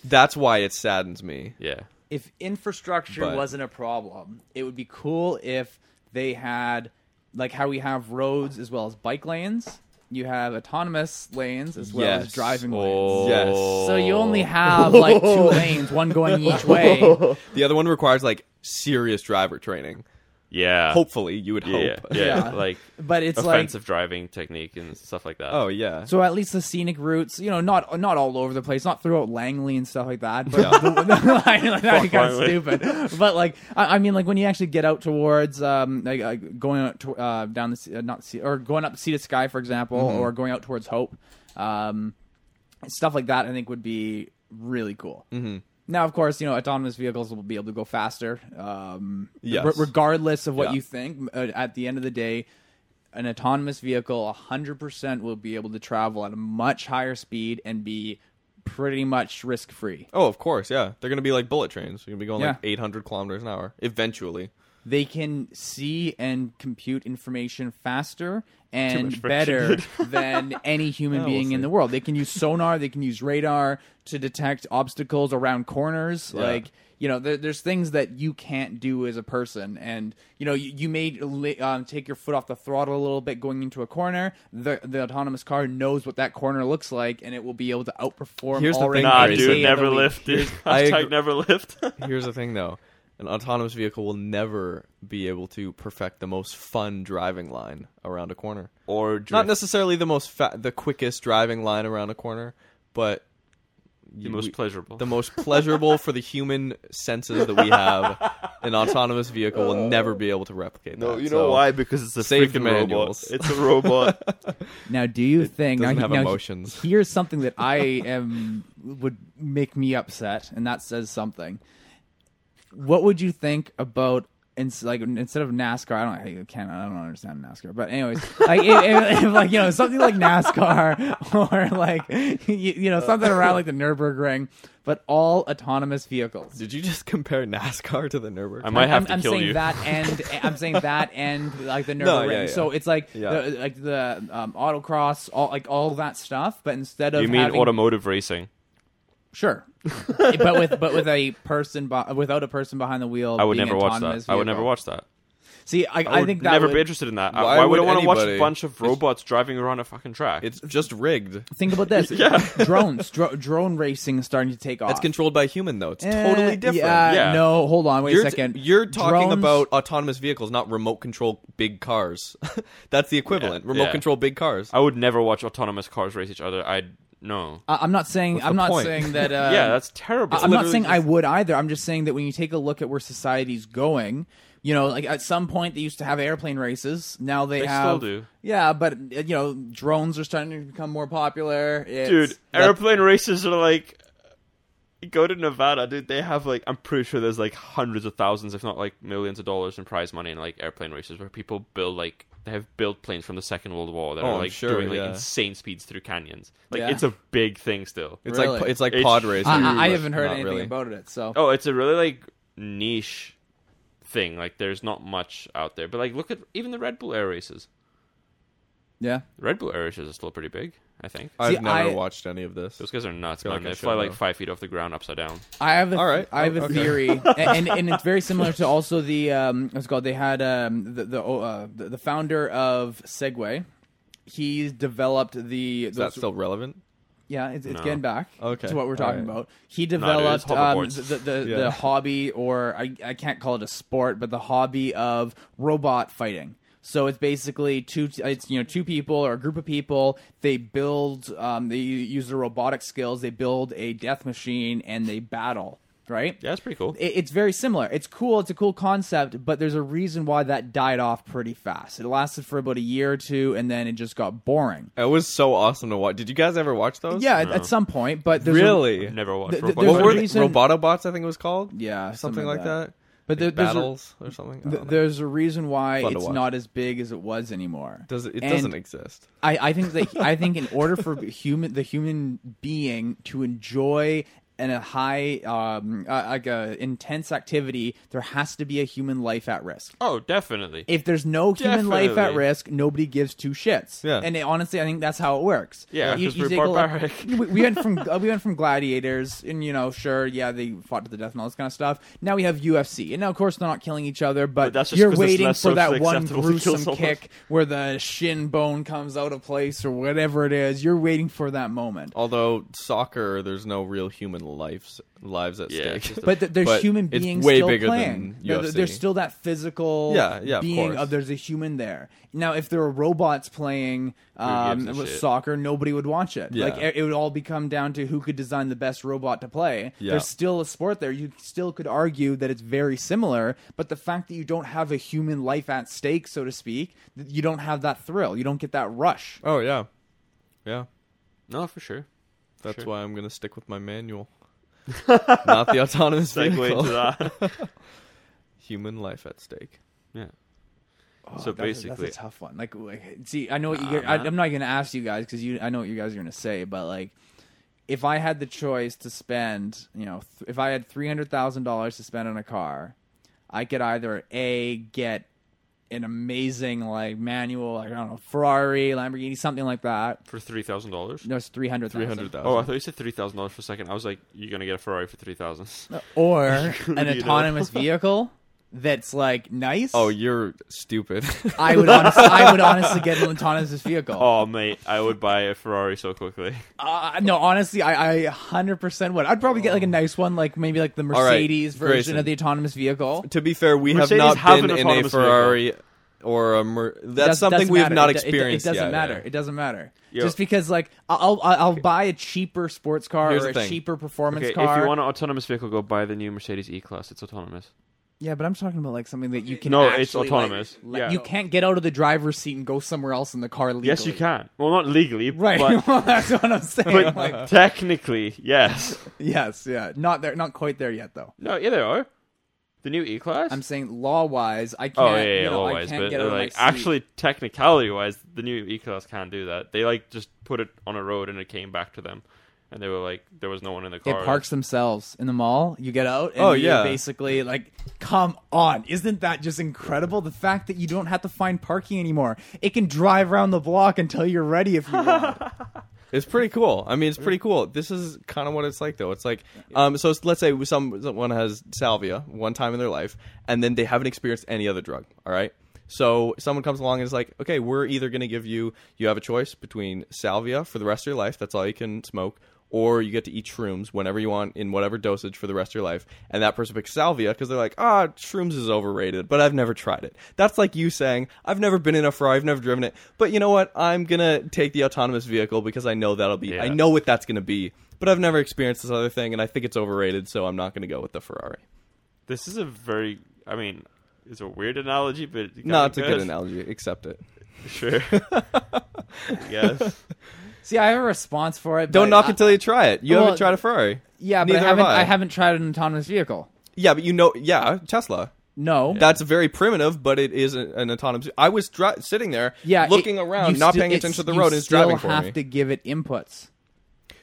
[SPEAKER 3] That's why it saddens me.
[SPEAKER 1] Yeah.
[SPEAKER 2] if infrastructure
[SPEAKER 3] But-
[SPEAKER 2] wasn't a problem, it would be cool if they had like how we have roads as well as bike lanes. You have autonomous lanes as well as
[SPEAKER 3] Yes. Oh.
[SPEAKER 2] driving lanes.
[SPEAKER 3] Yes.
[SPEAKER 2] So you only have
[SPEAKER 3] [LAUGHS]
[SPEAKER 2] like two lanes, one going each way.
[SPEAKER 3] The other one requires like serious driver training.
[SPEAKER 1] Yeah.
[SPEAKER 3] Hopefully, you would
[SPEAKER 1] Yeah.
[SPEAKER 3] hope.
[SPEAKER 1] Yeah.
[SPEAKER 2] Yeah.
[SPEAKER 1] Like
[SPEAKER 2] But it's like
[SPEAKER 1] offensive driving technique and stuff like that.
[SPEAKER 3] [LAUGHS] Oh yeah.
[SPEAKER 2] so at least the scenic routes, you know, not not all over the place, not throughout Langley and stuff like that. But [LAUGHS]
[SPEAKER 3] Yeah.
[SPEAKER 2] I know that
[SPEAKER 1] Fuck
[SPEAKER 2] got
[SPEAKER 1] Langley.
[SPEAKER 2] stupid. But like, I, I mean, like when you actually get out towards um, like, uh, going out to, uh, down the se- uh, not sea, or going up Sea to Sky, for example, or going out towards Hope, um, stuff like that, I think would be really cool. Mm-hmm. Now, of course, you know autonomous vehicles will be able to go faster. Um,
[SPEAKER 3] Yes.
[SPEAKER 2] re- regardless of what
[SPEAKER 3] Yeah.
[SPEAKER 2] you think, uh, at the end of the day, an autonomous vehicle 100% will be able to travel at a much higher speed and be pretty much risk free.
[SPEAKER 3] Oh, of course. Yeah, they're gonna be like bullet trains. You're gonna be going like
[SPEAKER 2] Yeah.
[SPEAKER 3] 800 kilometers an hour eventually.
[SPEAKER 2] They can see and compute information faster and
[SPEAKER 1] much Oh,
[SPEAKER 2] better
[SPEAKER 1] [LAUGHS]
[SPEAKER 2] than any human
[SPEAKER 3] Yeah, we'll
[SPEAKER 2] being in
[SPEAKER 3] see.
[SPEAKER 2] the world. They can use sonar, they can use radar to detect obstacles around corners. Like, you know, there, there's things that you can't do as a person. And, you know, you, you may li- um, take your foot off the throttle a little bit going into a corner. The, the autonomous car knows what that corner looks like and it will be able to outperform
[SPEAKER 3] Here's the
[SPEAKER 2] already
[SPEAKER 3] thing,
[SPEAKER 1] Nah,
[SPEAKER 3] Crazy.
[SPEAKER 1] dude,
[SPEAKER 2] day of
[SPEAKER 1] never
[SPEAKER 2] the week.
[SPEAKER 1] lift, dude.
[SPEAKER 3] E. [LAUGHS] I
[SPEAKER 1] Hashtag
[SPEAKER 3] agree-
[SPEAKER 1] never
[SPEAKER 3] [LAUGHS]
[SPEAKER 1] lift.
[SPEAKER 3] Here's the thing, though: an autonomous vehicle will never be able to perfect the most fun driving line around a corner.
[SPEAKER 1] or
[SPEAKER 3] Not necessarily the most fa- the quickest driving line around a corner, but
[SPEAKER 1] the most pleasurable.
[SPEAKER 3] the most pleasurable for the human senses that we have. An autonomous vehicle will never be able to replicate
[SPEAKER 4] No,
[SPEAKER 3] that.
[SPEAKER 4] you
[SPEAKER 3] so
[SPEAKER 4] know why? Because it's a
[SPEAKER 3] save the
[SPEAKER 4] freaking robot.
[SPEAKER 3] manuals.
[SPEAKER 4] It's a
[SPEAKER 3] [LAUGHS]
[SPEAKER 4] robot.
[SPEAKER 2] Now, do you think
[SPEAKER 3] doesn't
[SPEAKER 2] now,
[SPEAKER 3] have
[SPEAKER 2] now, [LAUGHS]
[SPEAKER 3] emotions.
[SPEAKER 2] Here's something
[SPEAKER 3] [LAUGHS]
[SPEAKER 2] that I am would make me upset, and that says something. What would you think about ins- like instead of NASCAR? I don't I can I don't understand NASCAR, but
[SPEAKER 3] [LAUGHS]
[SPEAKER 2] anyways, like if, if, if, like you know something like NASCAR [LAUGHS] or like you, you know something around like the Nurburgring, but all autonomous vehicles.
[SPEAKER 3] Did you just [LAUGHS] compare NASCAR to the Nurburgring?
[SPEAKER 1] I might have
[SPEAKER 2] I'm,
[SPEAKER 1] to
[SPEAKER 2] I'm
[SPEAKER 1] kill
[SPEAKER 2] saying
[SPEAKER 1] you. [LAUGHS]
[SPEAKER 2] that and I'm saying that and like the Nurburgring.
[SPEAKER 3] No, yeah, yeah.
[SPEAKER 2] So it's like
[SPEAKER 3] Yeah.
[SPEAKER 2] the, like the um, autocross, all like all that stuff. But instead of
[SPEAKER 1] you mean
[SPEAKER 2] having,
[SPEAKER 1] automotive racing? [LAUGHS]
[SPEAKER 2] sure, but with but with a person be- without a person behind the wheel.
[SPEAKER 1] I would
[SPEAKER 2] being
[SPEAKER 1] never watch that.
[SPEAKER 2] autonomous
[SPEAKER 1] I would never
[SPEAKER 2] vehicle.
[SPEAKER 1] watch that.
[SPEAKER 2] See, I, I,
[SPEAKER 1] would
[SPEAKER 2] think that
[SPEAKER 1] never
[SPEAKER 2] would,
[SPEAKER 1] be interested in that. I-
[SPEAKER 3] Oh, Why
[SPEAKER 1] Why, would I
[SPEAKER 3] would
[SPEAKER 1] want to watch a
[SPEAKER 3] anybody-
[SPEAKER 1] bunch of robots driving around a fucking track?
[SPEAKER 3] It's just rigged.
[SPEAKER 2] think
[SPEAKER 1] [LAUGHS]
[SPEAKER 2] about this. drones, dro- drone racing is starting to take off.
[SPEAKER 3] That's controlled by a human, though. It's
[SPEAKER 2] Eh,
[SPEAKER 3] totally different.
[SPEAKER 2] Yeah,
[SPEAKER 1] Yeah.
[SPEAKER 2] No, hold on. Wait
[SPEAKER 3] You're,
[SPEAKER 2] a second.
[SPEAKER 3] you're talking
[SPEAKER 2] Drones-
[SPEAKER 3] about autonomous vehicles, not remote control big cars. [LAUGHS] That's the equivalent.
[SPEAKER 1] Yeah,
[SPEAKER 3] remote
[SPEAKER 1] yeah.
[SPEAKER 3] control big cars.
[SPEAKER 1] I would never watch autonomous cars race each other. I'd no.
[SPEAKER 2] I- I'm not saying. I'm
[SPEAKER 3] the
[SPEAKER 2] not
[SPEAKER 3] point?
[SPEAKER 1] [LAUGHS]
[SPEAKER 2] saying that. Uh,
[SPEAKER 1] yeah, that's terrible.
[SPEAKER 2] I'm not saying I would either. I'm just saying that when you take a look at where society's going, you know, like at some point they used to have airplane races. Now they,
[SPEAKER 1] They still
[SPEAKER 2] have.
[SPEAKER 1] do.
[SPEAKER 2] Yeah, but uh, you know, drones are starting to become more popular. It's,
[SPEAKER 1] dude. Airplane races are like. Go to Nevada, dude. They have like I'm pretty sure there's like hundreds of thousands, if not like millions of dollars in prize money in like airplane races where people build like they have built planes from the Second World War that
[SPEAKER 3] Oh,
[SPEAKER 1] are
[SPEAKER 3] I'm
[SPEAKER 1] like
[SPEAKER 3] sure,
[SPEAKER 1] doing like
[SPEAKER 3] yeah.
[SPEAKER 1] insane speeds through canyons. Like
[SPEAKER 2] Yeah.
[SPEAKER 1] it's a big thing still.
[SPEAKER 3] It's like
[SPEAKER 2] Really?
[SPEAKER 3] it's like
[SPEAKER 1] It's
[SPEAKER 3] pod racing.
[SPEAKER 2] I- I, I
[SPEAKER 3] but
[SPEAKER 2] haven't heard
[SPEAKER 3] not
[SPEAKER 2] anything
[SPEAKER 3] really.
[SPEAKER 2] about it. So
[SPEAKER 1] Oh, it's a really like niche thing. Like there's not much out there. But like look at even the Red Bull Air races.
[SPEAKER 2] yeah,
[SPEAKER 1] The Red Bull Air races are still pretty big, I think.
[SPEAKER 3] I've
[SPEAKER 2] See,
[SPEAKER 3] never
[SPEAKER 2] I-
[SPEAKER 3] watched any of this.
[SPEAKER 1] Those guys are nuts,
[SPEAKER 3] Feel
[SPEAKER 1] man.
[SPEAKER 3] like I
[SPEAKER 1] they
[SPEAKER 3] should
[SPEAKER 1] fly like
[SPEAKER 3] know.
[SPEAKER 1] five feet off the ground upside down.
[SPEAKER 2] I have a
[SPEAKER 3] All right.
[SPEAKER 2] I have a
[SPEAKER 3] Oh, okay. [LAUGHS]
[SPEAKER 2] theory, and, and and it's very similar to also the um, what's it called they had um the the, oh, uh, the the founder of Segway. He's developed the
[SPEAKER 3] Is that still relevant?
[SPEAKER 2] Yeah, it's, it's
[SPEAKER 1] No.
[SPEAKER 2] getting back
[SPEAKER 3] Okay.
[SPEAKER 2] to what we're
[SPEAKER 3] All
[SPEAKER 2] talking
[SPEAKER 3] right.
[SPEAKER 2] about.
[SPEAKER 1] No,
[SPEAKER 2] He
[SPEAKER 1] dude, it's
[SPEAKER 2] developed um,
[SPEAKER 1] hoverboards.
[SPEAKER 2] the, the,
[SPEAKER 3] Yeah.
[SPEAKER 2] the hobby, or I, I can't call it a sport, but the hobby of robot fighting. So it's basically two. It's you know two people or a group of people. They build. Um, they u- use their robotic skills. They build a death machine and they battle. Right.
[SPEAKER 1] Yeah, that's pretty cool.
[SPEAKER 2] It, it's very similar. It's cool. It's a cool concept, but there's a reason why that died off pretty fast. It lasted for about a year or two, and then it just got boring.
[SPEAKER 3] It was so awesome to watch. Did you guys ever watch those?
[SPEAKER 2] Yeah, at- at some point, but there's a-
[SPEAKER 3] really.
[SPEAKER 1] I've never watched
[SPEAKER 2] th-
[SPEAKER 1] robots.
[SPEAKER 2] there's
[SPEAKER 3] what
[SPEAKER 2] a
[SPEAKER 3] were they?
[SPEAKER 2] reason-
[SPEAKER 3] Robotobots? I think it was called.
[SPEAKER 2] Yeah,
[SPEAKER 3] something like that.
[SPEAKER 2] But there,
[SPEAKER 3] Like
[SPEAKER 2] there's, a,
[SPEAKER 3] battles or something. I
[SPEAKER 2] th-
[SPEAKER 3] don't know.
[SPEAKER 2] there's a reason why
[SPEAKER 3] Fun to
[SPEAKER 2] it's
[SPEAKER 3] watch.
[SPEAKER 2] not as big as it was anymore.
[SPEAKER 3] Does it, it
[SPEAKER 2] And
[SPEAKER 3] doesn't exist?
[SPEAKER 2] I, I think that I think in order for human the human being to enjoy and a high um uh, like a intense activity, there has to be a human life at risk.
[SPEAKER 1] Oh, definitely.
[SPEAKER 2] If there's no human life at
[SPEAKER 1] Definitely.
[SPEAKER 2] risk, nobody gives two shits.
[SPEAKER 3] Yeah.
[SPEAKER 2] And it, honestly, I think that's how it works.
[SPEAKER 1] Yeah, 'cause we're
[SPEAKER 2] take a look-
[SPEAKER 1] barbaric.
[SPEAKER 2] we, we went
[SPEAKER 1] [LAUGHS]
[SPEAKER 2] from uh, we went from gladiators, and you know, sure, yeah, they fought to the death and all this kind of stuff. Now we have UFC, and now of course they're not killing each other, but,
[SPEAKER 1] But that's just
[SPEAKER 2] you're
[SPEAKER 1] 'cause it's
[SPEAKER 2] waiting
[SPEAKER 1] less
[SPEAKER 2] for that
[SPEAKER 1] socially
[SPEAKER 2] one
[SPEAKER 1] acceptable to kill
[SPEAKER 2] gruesome
[SPEAKER 1] someone.
[SPEAKER 2] kick where the shin bone comes out of place or whatever it is. You're waiting for that moment.
[SPEAKER 3] Although soccer, there's no real human lives lives at
[SPEAKER 1] Yeah, it's [LAUGHS]
[SPEAKER 3] stake.
[SPEAKER 1] just a-
[SPEAKER 2] But th- there's
[SPEAKER 3] But
[SPEAKER 2] human
[SPEAKER 3] it's
[SPEAKER 2] beings
[SPEAKER 3] way
[SPEAKER 2] still
[SPEAKER 3] bigger than
[SPEAKER 2] playing. There- there-
[SPEAKER 3] UFC.
[SPEAKER 2] There's still that physical
[SPEAKER 3] Yeah, yeah, of
[SPEAKER 2] being
[SPEAKER 3] course.
[SPEAKER 2] of there's a human there. Now, if there were robots playing um,
[SPEAKER 1] gives a
[SPEAKER 2] with
[SPEAKER 1] shit?
[SPEAKER 2] soccer, nobody would watch it.
[SPEAKER 3] Yeah.
[SPEAKER 2] Like it, it would all become down to who could design the best robot to play.
[SPEAKER 3] Yeah.
[SPEAKER 2] There's still a sport there. You still could argue that it's very similar, but the fact that you don't have a human life at stake, so to speak, th- you don't have that thrill. You don't get that rush.
[SPEAKER 3] oh yeah, yeah.
[SPEAKER 1] no, for sure.
[SPEAKER 3] That's
[SPEAKER 1] Sure.
[SPEAKER 3] why I'm gonna stick with
[SPEAKER 1] [LAUGHS]
[SPEAKER 3] my manual, not the autonomous
[SPEAKER 1] Segue
[SPEAKER 3] vehicle.
[SPEAKER 1] into that.
[SPEAKER 3] [LAUGHS] Human life at stake.
[SPEAKER 1] yeah.
[SPEAKER 2] Oh,
[SPEAKER 1] So
[SPEAKER 2] that's a-
[SPEAKER 1] basically-
[SPEAKER 2] that's a tough one. Like, like, see, I know what you.
[SPEAKER 1] Nah,
[SPEAKER 2] get- I,
[SPEAKER 1] man.
[SPEAKER 2] I'm not gonna ask you guys because you. I know what you guys are gonna say, but like, if I had the choice to spend, you know, th- if I had three hundred thousand dollars to spend on a car, I could either a get an amazing like manual, like I don't know, Ferrari, Lamborghini, something like that.
[SPEAKER 1] For three thousand dollars.
[SPEAKER 2] No, it's three hundred.
[SPEAKER 3] Three hundred thousand.
[SPEAKER 1] Oh, I thought you said three thousand dollars for a second. I was like, you're gonna get a Ferrari for three thousand.
[SPEAKER 2] Or an
[SPEAKER 1] You know.
[SPEAKER 2] autonomous vehicle that's like nice.
[SPEAKER 3] oh, you're
[SPEAKER 1] [LAUGHS]
[SPEAKER 3] stupid.
[SPEAKER 2] I would. Honestly, I would honestly get an autonomous vehicle.
[SPEAKER 1] [LAUGHS] Oh mate, I would buy a Ferrari so
[SPEAKER 2] [LAUGHS]
[SPEAKER 1] quickly.
[SPEAKER 2] Uh, no, honestly, I, I 100% would. I'd probably get
[SPEAKER 1] Oh.
[SPEAKER 2] like a nice one, like maybe like the
[SPEAKER 3] right,
[SPEAKER 2] Mercedes version of
[SPEAKER 3] Grayson.
[SPEAKER 2] the autonomous vehicle.
[SPEAKER 3] to be fair, we
[SPEAKER 1] Mercedes
[SPEAKER 3] have
[SPEAKER 1] have
[SPEAKER 3] not been
[SPEAKER 1] an
[SPEAKER 3] in a
[SPEAKER 1] autonomous
[SPEAKER 3] Ferrari or a. Mer- that's
[SPEAKER 2] Does-
[SPEAKER 3] something
[SPEAKER 2] doesn't
[SPEAKER 3] we have
[SPEAKER 2] matter.
[SPEAKER 3] not
[SPEAKER 2] It do- it do-
[SPEAKER 3] experienced.
[SPEAKER 2] It, doesn't
[SPEAKER 3] yet,
[SPEAKER 2] matter.
[SPEAKER 3] yeah.
[SPEAKER 2] It doesn't matter.
[SPEAKER 1] Yo.
[SPEAKER 2] Just because like I'll I'll, I'll buy a cheaper sports car
[SPEAKER 3] Here's
[SPEAKER 2] or
[SPEAKER 3] the
[SPEAKER 2] a
[SPEAKER 3] thing.
[SPEAKER 2] cheaper performance
[SPEAKER 1] Okay,
[SPEAKER 2] car.
[SPEAKER 1] if you want an autonomous vehicle, go buy the new Mercedes E-Class. It's autonomous.
[SPEAKER 2] yeah, but I'm talking about like something that you can.
[SPEAKER 1] No,
[SPEAKER 2] actually,
[SPEAKER 1] it's autonomous.
[SPEAKER 2] like,
[SPEAKER 1] Yeah.
[SPEAKER 2] You can't get out of the driver's seat and go somewhere else in the car legally.
[SPEAKER 1] Yes, you can. Well, not legally,
[SPEAKER 2] Right. [LAUGHS]
[SPEAKER 1] But,
[SPEAKER 2] Well, that's
[SPEAKER 1] [LAUGHS]
[SPEAKER 2] what I'm saying.
[SPEAKER 1] but
[SPEAKER 2] like,
[SPEAKER 1] technically,
[SPEAKER 2] [LAUGHS]
[SPEAKER 1] yes.
[SPEAKER 2] yes. Yeah. Not there. Not quite there yet, though.
[SPEAKER 1] No, yeah, they are. The new E-Class.
[SPEAKER 2] I'm saying law wise, I can't.
[SPEAKER 1] oh yeah, yeah,
[SPEAKER 2] you know, I
[SPEAKER 1] always.
[SPEAKER 2] can't
[SPEAKER 1] But
[SPEAKER 2] get
[SPEAKER 1] they're
[SPEAKER 2] out of my
[SPEAKER 1] like,
[SPEAKER 2] seat.
[SPEAKER 1] actually, technicality-wise, the new E-Class can't do that. They like just put it on a road and it came back to them, and they were like, there was no one in the
[SPEAKER 2] It
[SPEAKER 1] car.
[SPEAKER 2] parks themselves in the mall. You get out, and
[SPEAKER 3] Oh,
[SPEAKER 2] you
[SPEAKER 3] yeah.
[SPEAKER 2] basically like, come on! Isn't that just incredible? The fact that you don't have to find parking anymore. It can drive around the block until you're ready if you
[SPEAKER 3] [LAUGHS]
[SPEAKER 2] want.
[SPEAKER 3] It's pretty cool. I mean, it's pretty cool. This is kind of what it's like, though. It's like, um, so it's- let's say some someone has salvia one time in their life, and then they haven't experienced any other drug. All right. So someone comes along and is like, okay, we're either going to give you you have a choice between salvia for the rest of your life. That's all you can smoke. Or you get to eat shrooms whenever you want in whatever dosage for the rest of your life. And that person picks salvia because they're like, ah, shrooms is overrated, but I've never tried it. That's like you saying, I've never been in a Ferrari, I've never driven it, but you know what? I'm gonna take the autonomous vehicle because I know that'll be, I
[SPEAKER 1] Yeah.
[SPEAKER 3] know what that's gonna be, but I've never experienced this other thing and I think it's overrated, so I'm not gonna go with the Ferrari.
[SPEAKER 1] This is a very. I mean, it's a weird analogy, but it kinda
[SPEAKER 3] No, it's a good
[SPEAKER 1] goes.
[SPEAKER 3] analogy. Accept it.
[SPEAKER 1] Sure.
[SPEAKER 3] [LAUGHS]
[SPEAKER 1] yes.
[SPEAKER 2] See, I have a response for it.
[SPEAKER 3] Don't
[SPEAKER 2] but
[SPEAKER 3] knock
[SPEAKER 2] I-
[SPEAKER 3] until you try it. You
[SPEAKER 2] Well,
[SPEAKER 3] haven't tried a Ferrari.
[SPEAKER 2] Yeah, but I
[SPEAKER 3] Neither
[SPEAKER 2] haven't.
[SPEAKER 3] have
[SPEAKER 2] I. haven't tried an autonomous vehicle.
[SPEAKER 3] Yeah, but you know, yeah, Tesla.
[SPEAKER 2] No.
[SPEAKER 3] That's very primitive, but it is an, an autonomous. I was dri- sitting there,
[SPEAKER 2] yeah, it-
[SPEAKER 3] looking around,
[SPEAKER 2] you
[SPEAKER 3] not
[SPEAKER 2] sti-
[SPEAKER 3] paying
[SPEAKER 2] it's-
[SPEAKER 3] attention to the
[SPEAKER 2] you
[SPEAKER 3] road, and it's
[SPEAKER 2] still
[SPEAKER 3] driving for
[SPEAKER 2] have
[SPEAKER 3] me.
[SPEAKER 2] to give it inputs.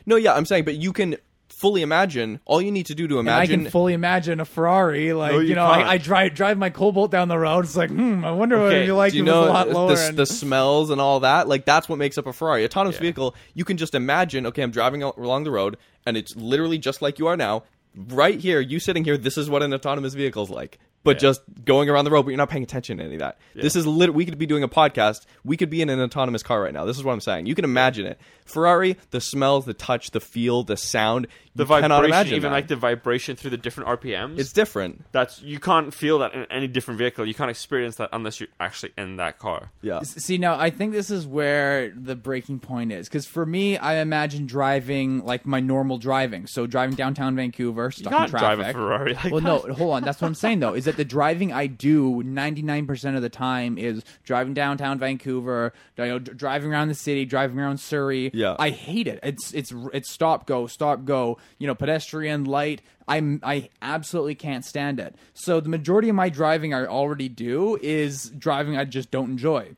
[SPEAKER 3] No, yeah, I'm saying, but you can fully imagine. All you need to do to
[SPEAKER 2] And I
[SPEAKER 3] imagine.
[SPEAKER 2] can fully imagine a Ferrari, like
[SPEAKER 1] No,
[SPEAKER 2] you,
[SPEAKER 1] you
[SPEAKER 2] know, I,
[SPEAKER 1] can't.
[SPEAKER 2] I drive drive my Cobalt down the road. It's like, hmm, I wonder what
[SPEAKER 1] Okay, [LAUGHS]
[SPEAKER 2] you like.
[SPEAKER 3] do you
[SPEAKER 2] it was a
[SPEAKER 3] know
[SPEAKER 2] lot lower.
[SPEAKER 3] the, the,
[SPEAKER 2] and-
[SPEAKER 3] smells and all that? Like that's what makes up a Ferrari. Autonomous
[SPEAKER 1] Yeah.
[SPEAKER 3] vehicle. You can just imagine. Okay, I'm driving al- along the road, and it's literally just like you are now, right here. You sitting here. This is what an autonomous vehicle's like. But
[SPEAKER 1] Yeah.
[SPEAKER 3] just going around the road, but you're not paying attention to any of that. This is lit. We could be doing a podcast. We could be in an autonomous car right now. This is what I'm saying. You can imagine it. Ferrari, the smells, the touch, the feel, the sound.
[SPEAKER 1] The
[SPEAKER 3] you cannot
[SPEAKER 1] vibration,
[SPEAKER 3] imagine
[SPEAKER 1] even
[SPEAKER 3] that.
[SPEAKER 1] like the vibration through the different RPMs.
[SPEAKER 3] it's different.
[SPEAKER 1] that's you can't feel that in any different vehicle. You can't experience that unless you're actually in that car.
[SPEAKER 3] Yeah.
[SPEAKER 2] S- See now, I think this is where the breaking point is because for me, I imagine driving like my normal driving, so driving downtown Vancouver,
[SPEAKER 1] You
[SPEAKER 2] stuck in
[SPEAKER 1] can't
[SPEAKER 2] traffic.
[SPEAKER 1] drive a Ferrari [LAUGHS]
[SPEAKER 3] [LAUGHS]
[SPEAKER 1] like
[SPEAKER 2] well,
[SPEAKER 1] that.
[SPEAKER 2] no, hold on. That's what I'm saying though. Is that the driving I do 99% of the time is driving downtown Vancouver, you know, dr- driving around the city, driving around Surrey.
[SPEAKER 3] Yeah.
[SPEAKER 2] I hate it. It's it's it's stop go stop go. You know, pedestrian light. I'm I absolutely can't stand it. So the majority of my driving I already do is driving I just don't enjoy.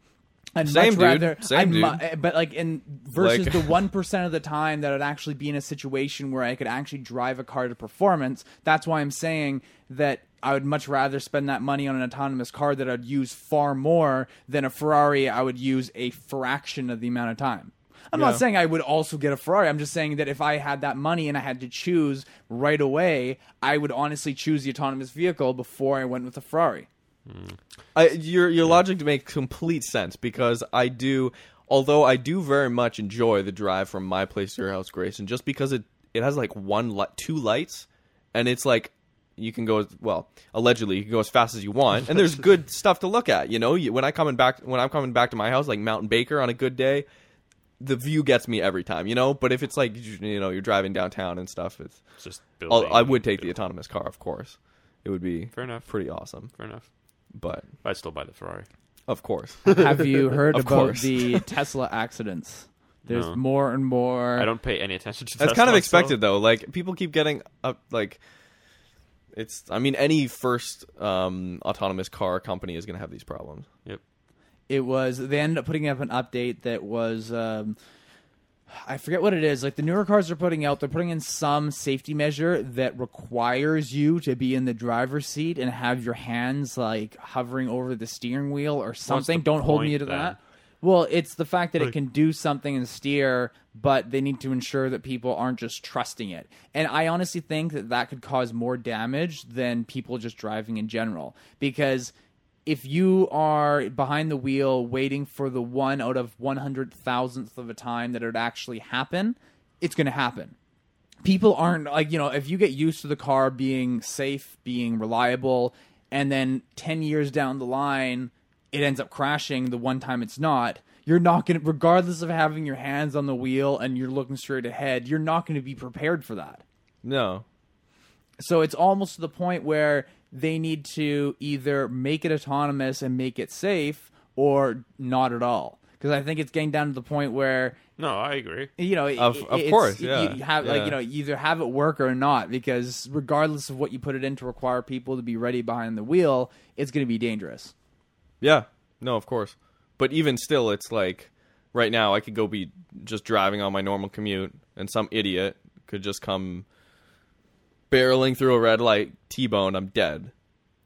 [SPEAKER 2] I'd
[SPEAKER 3] Same,
[SPEAKER 2] much
[SPEAKER 3] dude.
[SPEAKER 2] rather,
[SPEAKER 3] Same,
[SPEAKER 2] I'd
[SPEAKER 3] dude.
[SPEAKER 2] mu- Eh, but like in versus
[SPEAKER 3] Like-
[SPEAKER 2] the one percent of the time that I'd actually be in a situation where I could actually drive a car to performance. That's why I'm saying that I would much rather spend that money on an autonomous car that I'd use far more than a Ferrari. I would use a fraction of the amount of time. I'm
[SPEAKER 3] Yeah.
[SPEAKER 2] not saying I would also get a Ferrari. I'm just saying that if I had that money and I had to choose right away, I would honestly choose the autonomous vehicle before I went with the Ferrari.
[SPEAKER 3] I, your your logic makes complete sense because I do, although I do very much enjoy the drive from my place to your house, Grayson, just because it it has like one light, two lights, and it's like you can go as well allegedly you can go as fast as you want, and
[SPEAKER 1] [LAUGHS]
[SPEAKER 3] there's good stuff to look at. You know, you, when I coming back when I'm coming back to my house, like Mountain Baker on a good day, the view gets me every time. You know, but if it's like you, you know you're driving downtown and stuff, it's
[SPEAKER 1] It's just
[SPEAKER 3] I'll,
[SPEAKER 1] building.
[SPEAKER 3] I would take the autonomous car, of course. It would be
[SPEAKER 1] Fair enough.
[SPEAKER 3] pretty awesome,
[SPEAKER 1] Fair enough.
[SPEAKER 3] but
[SPEAKER 1] I'd still buy the Ferrari.
[SPEAKER 3] of course.
[SPEAKER 2] Have you heard
[SPEAKER 3] [LAUGHS] Of
[SPEAKER 2] about
[SPEAKER 3] course.
[SPEAKER 2] the Tesla accidents? There's
[SPEAKER 1] No.
[SPEAKER 2] more and more.
[SPEAKER 1] I don't pay any attention to
[SPEAKER 3] That's
[SPEAKER 1] Tesla,
[SPEAKER 3] kind of
[SPEAKER 1] so-
[SPEAKER 3] expected though. Like people keep getting up like it's I mean any first um autonomous car company is going to have these problems.
[SPEAKER 1] Yep.
[SPEAKER 2] It was they ended up putting up an update that was. Um, I forget what it is. Like the newer cars are putting out, they're putting in some safety measure that requires you to be in the driver's seat and have your hands like hovering over the steering wheel or something. Don't hold me
[SPEAKER 1] point
[SPEAKER 2] to
[SPEAKER 1] then?
[SPEAKER 2] that. Well, it's the fact that it
[SPEAKER 1] Like-
[SPEAKER 2] can do something and steer, but they need to ensure that people aren't just trusting it. And I honestly think that that could cause more damage than people just driving in general. Because if you are behind the wheel waiting for the one out of 100 thousandth of a time that it would actually happen, it's going to happen people aren't like you know if you get used to the car being safe being reliable and then 10 years down the line it ends up crashing the one time it's not you're not going to regardless of having your hands on the wheel and you're looking straight ahead you're not going to be prepared for that
[SPEAKER 3] No.
[SPEAKER 2] so it's almost to the point where they need to either make it autonomous and make it safe or not at all because i think it's getting down to the point where
[SPEAKER 1] No, I agree.
[SPEAKER 2] you know, it-
[SPEAKER 3] Of-
[SPEAKER 2] it-
[SPEAKER 3] of
[SPEAKER 2] it's-
[SPEAKER 3] course,
[SPEAKER 2] you-
[SPEAKER 3] yeah,
[SPEAKER 2] You have
[SPEAKER 3] yeah.
[SPEAKER 2] like you know, you either have it work or not, because regardless of what you put it in to require people to be ready behind the wheel, it's going to be dangerous.
[SPEAKER 3] Yeah. No, of course. But even still it's like right now I could go be just driving on my normal commute and some idiot could just come barreling through a red light, T-bone, I'm dead.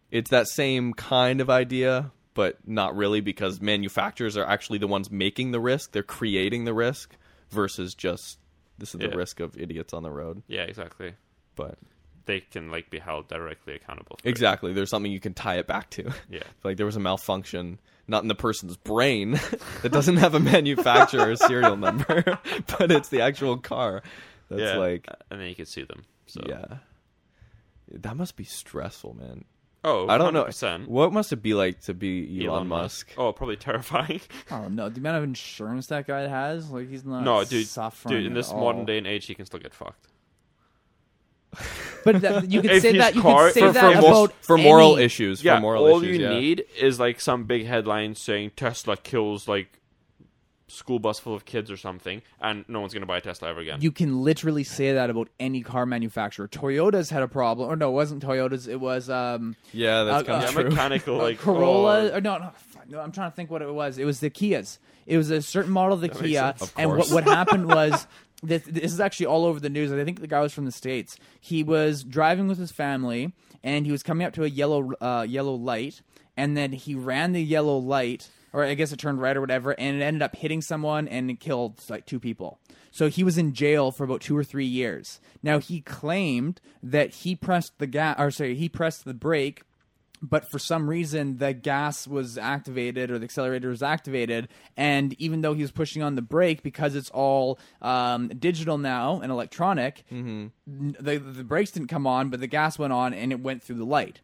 [SPEAKER 3] It's that same kind of idea, but not really because manufacturers are actually the ones making the risk. They're creating the risk versus just this is the
[SPEAKER 1] Yeah.
[SPEAKER 3] risk of idiots on the road.
[SPEAKER 1] Yeah, exactly.
[SPEAKER 3] But
[SPEAKER 1] They can like be held directly accountable. For it.
[SPEAKER 3] exactly, there's something you can tie it back to. [LAUGHS]
[SPEAKER 1] Yeah.
[SPEAKER 3] like there was a malfunction not in the person's brain [LAUGHS] that doesn't have a manufacturer or serial number, [LAUGHS] but it's the actual car. That's
[SPEAKER 1] yeah.
[SPEAKER 3] like
[SPEAKER 1] and then you could sue them. So
[SPEAKER 3] yeah. That must be stressful, man.
[SPEAKER 1] Oh,
[SPEAKER 3] I don't
[SPEAKER 1] 100%.
[SPEAKER 3] know. What must it be like to be Elon, Musk?
[SPEAKER 1] Oh, probably [LAUGHS] terrifying.
[SPEAKER 2] Oh no, the amount of insurance that guy has, like he's not
[SPEAKER 1] no, dude,
[SPEAKER 2] suffering
[SPEAKER 1] dude. In
[SPEAKER 2] at
[SPEAKER 1] this
[SPEAKER 2] all.
[SPEAKER 1] modern day and age, he can still get fucked.
[SPEAKER 2] But
[SPEAKER 1] [LAUGHS]
[SPEAKER 2] that, you could
[SPEAKER 1] If
[SPEAKER 2] say
[SPEAKER 1] his
[SPEAKER 2] that you
[SPEAKER 1] car-
[SPEAKER 2] could say
[SPEAKER 1] For-
[SPEAKER 2] that
[SPEAKER 3] for,
[SPEAKER 2] about
[SPEAKER 3] mor- for moral
[SPEAKER 2] any-
[SPEAKER 3] issues.
[SPEAKER 1] Oh, yeah,
[SPEAKER 3] for moral
[SPEAKER 1] all
[SPEAKER 3] issues,
[SPEAKER 1] you
[SPEAKER 3] yeah.
[SPEAKER 1] need is like some big headline saying Tesla kills like school bus full of kids or something, and no one's gonna buy a Tesla ever again.
[SPEAKER 2] You can literally say that about any car manufacturer. Toyota's had a problem, or no, it wasn't Toyota's. It was um,
[SPEAKER 3] Yeah, that's
[SPEAKER 2] Uh, uh,
[SPEAKER 3] kind
[SPEAKER 1] yeah,
[SPEAKER 2] I'm
[SPEAKER 3] of
[SPEAKER 2] a [LAUGHS]
[SPEAKER 3] true.
[SPEAKER 1] mechanical like
[SPEAKER 2] Corolla.
[SPEAKER 1] oh,
[SPEAKER 2] Or no, no, fuck, no, I'm trying to think what it was. It was the Kias. It was a certain model of the
[SPEAKER 1] makes
[SPEAKER 2] Kia,
[SPEAKER 1] sense.
[SPEAKER 3] Of
[SPEAKER 2] and what
[SPEAKER 3] course.
[SPEAKER 1] [LAUGHS]
[SPEAKER 2] what happened was. This, this is actually all over the news. I think the guy was from the states. He was driving with his family, and he was coming up to a yellow uh, yellow light, and then he ran the yellow light, or I guess it turned red or whatever, and it ended up hitting someone and it killed like two people. So he was in jail for about two or three years. Now he claimed that he pressed the gas, or sorry, he pressed the brake but for some reason the gas was activated or the accelerator was activated and even though he was pushing on the brake because it's all um, digital now and electronic n- the, the brakes didn't come on but the gas went on and it went through the light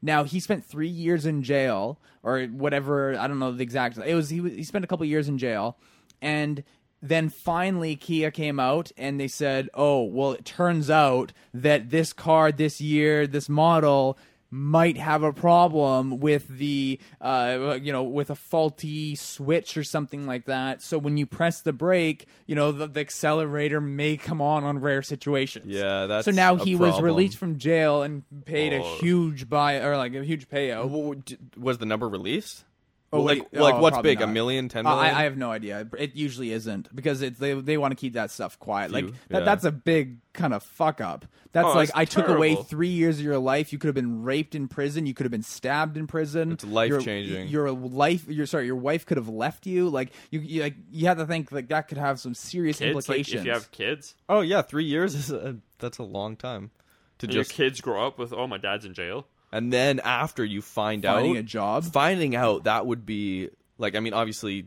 [SPEAKER 2] now he spent three years in jail or whatever i don't know the exact it was he, was- he spent a couple years in jail and then finally Kia came out and they said, "Oh, well, it turns out that this car this year, this model might have a problem with the uh you know with a faulty switch or something like that so when you press the brake you know the, the accelerator may come on on rare situations
[SPEAKER 3] Yeah, that's
[SPEAKER 2] so now
[SPEAKER 3] a
[SPEAKER 2] he was
[SPEAKER 3] problem.
[SPEAKER 2] released from jail and paid a
[SPEAKER 1] Or-
[SPEAKER 2] huge buy or like a huge payout
[SPEAKER 3] W- w- d- Was the number released?
[SPEAKER 2] Oh,
[SPEAKER 3] like
[SPEAKER 2] wait,
[SPEAKER 3] like
[SPEAKER 2] oh,
[SPEAKER 3] what's
[SPEAKER 2] probably
[SPEAKER 3] big? A
[SPEAKER 2] not.
[SPEAKER 3] million, ten
[SPEAKER 2] Uh,
[SPEAKER 3] million?
[SPEAKER 2] I, I have no idea. It usually isn't because it's, they they want to keep that stuff quiet. Like
[SPEAKER 3] Few,
[SPEAKER 2] that,
[SPEAKER 3] yeah.
[SPEAKER 2] that's a big kind of fuck up. That's
[SPEAKER 1] Oh,
[SPEAKER 2] like
[SPEAKER 1] it's
[SPEAKER 2] I took away
[SPEAKER 1] terrible.
[SPEAKER 2] three years of your life. You could have been raped in prison. You could have been stabbed in prison.
[SPEAKER 3] It's life
[SPEAKER 2] Your-
[SPEAKER 3] changing.
[SPEAKER 2] Your life, your sorry, your wife could have left you. Like you, you like you have to think like that could have some serious
[SPEAKER 1] Kids, oh, like,
[SPEAKER 2] implications.
[SPEAKER 1] if you have kids,
[SPEAKER 3] oh yeah, three years is a, that's a long time to
[SPEAKER 1] and your
[SPEAKER 3] just.
[SPEAKER 1] kids grow up with, oh, my dad's in jail.
[SPEAKER 3] And then after you find
[SPEAKER 2] Finding
[SPEAKER 3] out
[SPEAKER 2] a job?
[SPEAKER 3] finding out that would be like I mean obviously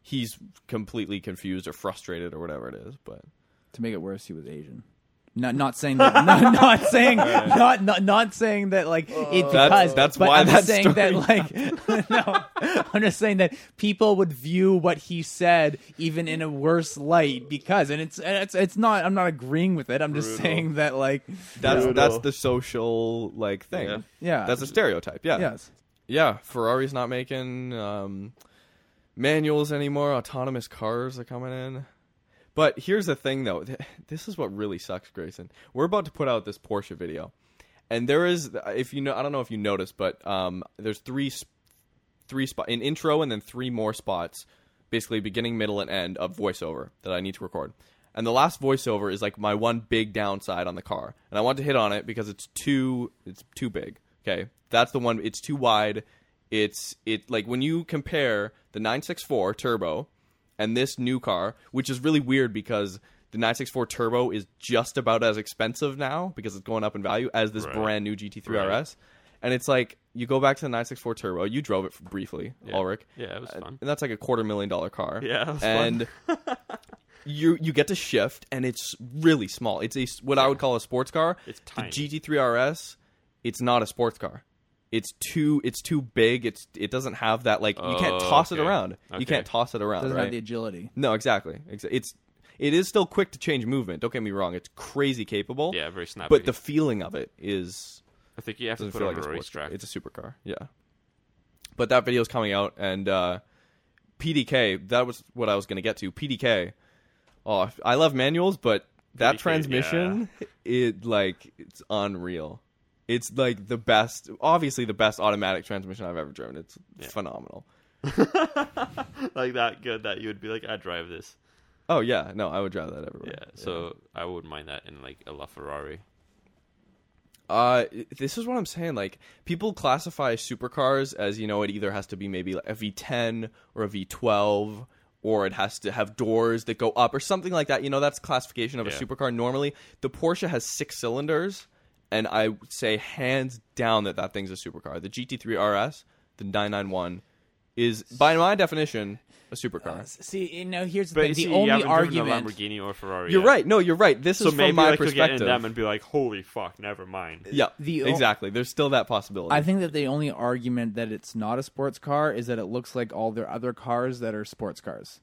[SPEAKER 3] he's completely confused or frustrated or whatever it is, but
[SPEAKER 2] to make it worse, he was Asian. Not not saying that. [LAUGHS] not, not
[SPEAKER 1] [LAUGHS]
[SPEAKER 2] saying not, not not saying that like it because
[SPEAKER 3] That's- that's
[SPEAKER 2] but
[SPEAKER 3] why
[SPEAKER 2] I'm
[SPEAKER 3] that
[SPEAKER 1] [LAUGHS]
[SPEAKER 2] saying that like [LAUGHS] no, I'm just saying that people would view what he said even in a worse light because and it's and it's it's not I'm not agreeing with it. I'm just saying that like
[SPEAKER 3] that's
[SPEAKER 4] Brutal.
[SPEAKER 3] that's the social like thing.
[SPEAKER 1] Yeah.
[SPEAKER 2] yeah
[SPEAKER 3] That's a stereotype. Yeah.
[SPEAKER 2] yes
[SPEAKER 3] Yeah, Ferrari's not making um, manuals anymore. Autonomous cars are coming in. But here's the thing, though. Th- This is what really sucks, Grayson. We're about to put out this Porsche video, and there is, if you know, I don't know if you noticed, but um, there's three, sp- three spot an intro and then three more spots, basically beginning, middle, and end of voiceover that I need to record. And the last voiceover is like my one big downside on the car, and I want to hit on it because it's too, it's too big. Okay, that's the one. It's too wide. It's it like when you compare the 964 turbo and this new car, which is really weird because the 964 Turbo is just about as expensive now because it's going up in value as this
[SPEAKER 1] Right.
[SPEAKER 3] brand new GT3
[SPEAKER 1] Right.
[SPEAKER 3] RS. And it's like you go back to the 964 Turbo. You drove it briefly, Ulrich,
[SPEAKER 1] Yeah, it was fun.
[SPEAKER 3] and that's like a quarter million dollar car.
[SPEAKER 1] Yeah, that was [LAUGHS]
[SPEAKER 3] and you you get to shift, and it's really small. It's a s- what I would call a sports car.
[SPEAKER 1] It's tiny.
[SPEAKER 3] The GT3 RS. It's not a sports car. It's too it's too big. It's it doesn't have that like you can't
[SPEAKER 1] Oh,
[SPEAKER 3] toss it
[SPEAKER 1] okay.
[SPEAKER 3] around.
[SPEAKER 1] Okay.
[SPEAKER 3] You can't toss it around.
[SPEAKER 2] doesn't
[SPEAKER 3] right?
[SPEAKER 2] have the agility.
[SPEAKER 3] No, exactly. Exa- It's it is still quick to change movement. Don't get me wrong; it's crazy capable.
[SPEAKER 1] Yeah, very snappy.
[SPEAKER 3] But the feeling of it is
[SPEAKER 1] I think you have to
[SPEAKER 3] doesn't
[SPEAKER 1] put
[SPEAKER 3] feel
[SPEAKER 1] it
[SPEAKER 3] like
[SPEAKER 1] on
[SPEAKER 3] a
[SPEAKER 1] a
[SPEAKER 3] sports car.
[SPEAKER 1] racetrack.
[SPEAKER 3] It's a supercar. Yeah. But that video is coming out, and uh, PDK. That was what I was going to get to. PDK. Oh, I love manuals, but that
[SPEAKER 1] PDK,
[SPEAKER 3] transmission, it like it's unreal. It's like the best, obviously the best automatic transmission I've ever driven. It's phenomenal.
[SPEAKER 1] like that good that you would be like, I drive this.
[SPEAKER 3] Oh yeah, no, I would drive that everywhere.
[SPEAKER 1] Yeah, so I wouldn't mind that in like a LaFerrari.
[SPEAKER 3] Uh, this is what I'm saying. Like people classify supercars as you know, it either has to be maybe like a V10 or a V12, or it has to have doors that go up or something like that. You know, that's classification of
[SPEAKER 1] Yeah.
[SPEAKER 3] a supercar. Normally, the Porsche has six cylinders, and I would say hands down that that thing's a supercar. The GT3 RS, the 991, is by my definition a supercar.
[SPEAKER 2] See, you know, here's the
[SPEAKER 1] But
[SPEAKER 2] thing.
[SPEAKER 1] you see,
[SPEAKER 2] the
[SPEAKER 1] you
[SPEAKER 2] only
[SPEAKER 1] haven't
[SPEAKER 2] argument.
[SPEAKER 1] driven a Lamborghini or Ferrari.
[SPEAKER 3] You're
[SPEAKER 1] yet.
[SPEAKER 3] right. No, you're right. This
[SPEAKER 1] So
[SPEAKER 3] is
[SPEAKER 1] maybe
[SPEAKER 3] from my
[SPEAKER 1] like, you'll get in
[SPEAKER 3] perspective.
[SPEAKER 1] them and be like, "Holy fuck, never mind."
[SPEAKER 3] yeah,
[SPEAKER 2] The o-
[SPEAKER 3] exactly. There's still that possibility.
[SPEAKER 2] I think that the only argument that it's not a sports car is that it looks like all their other cars that are sports cars.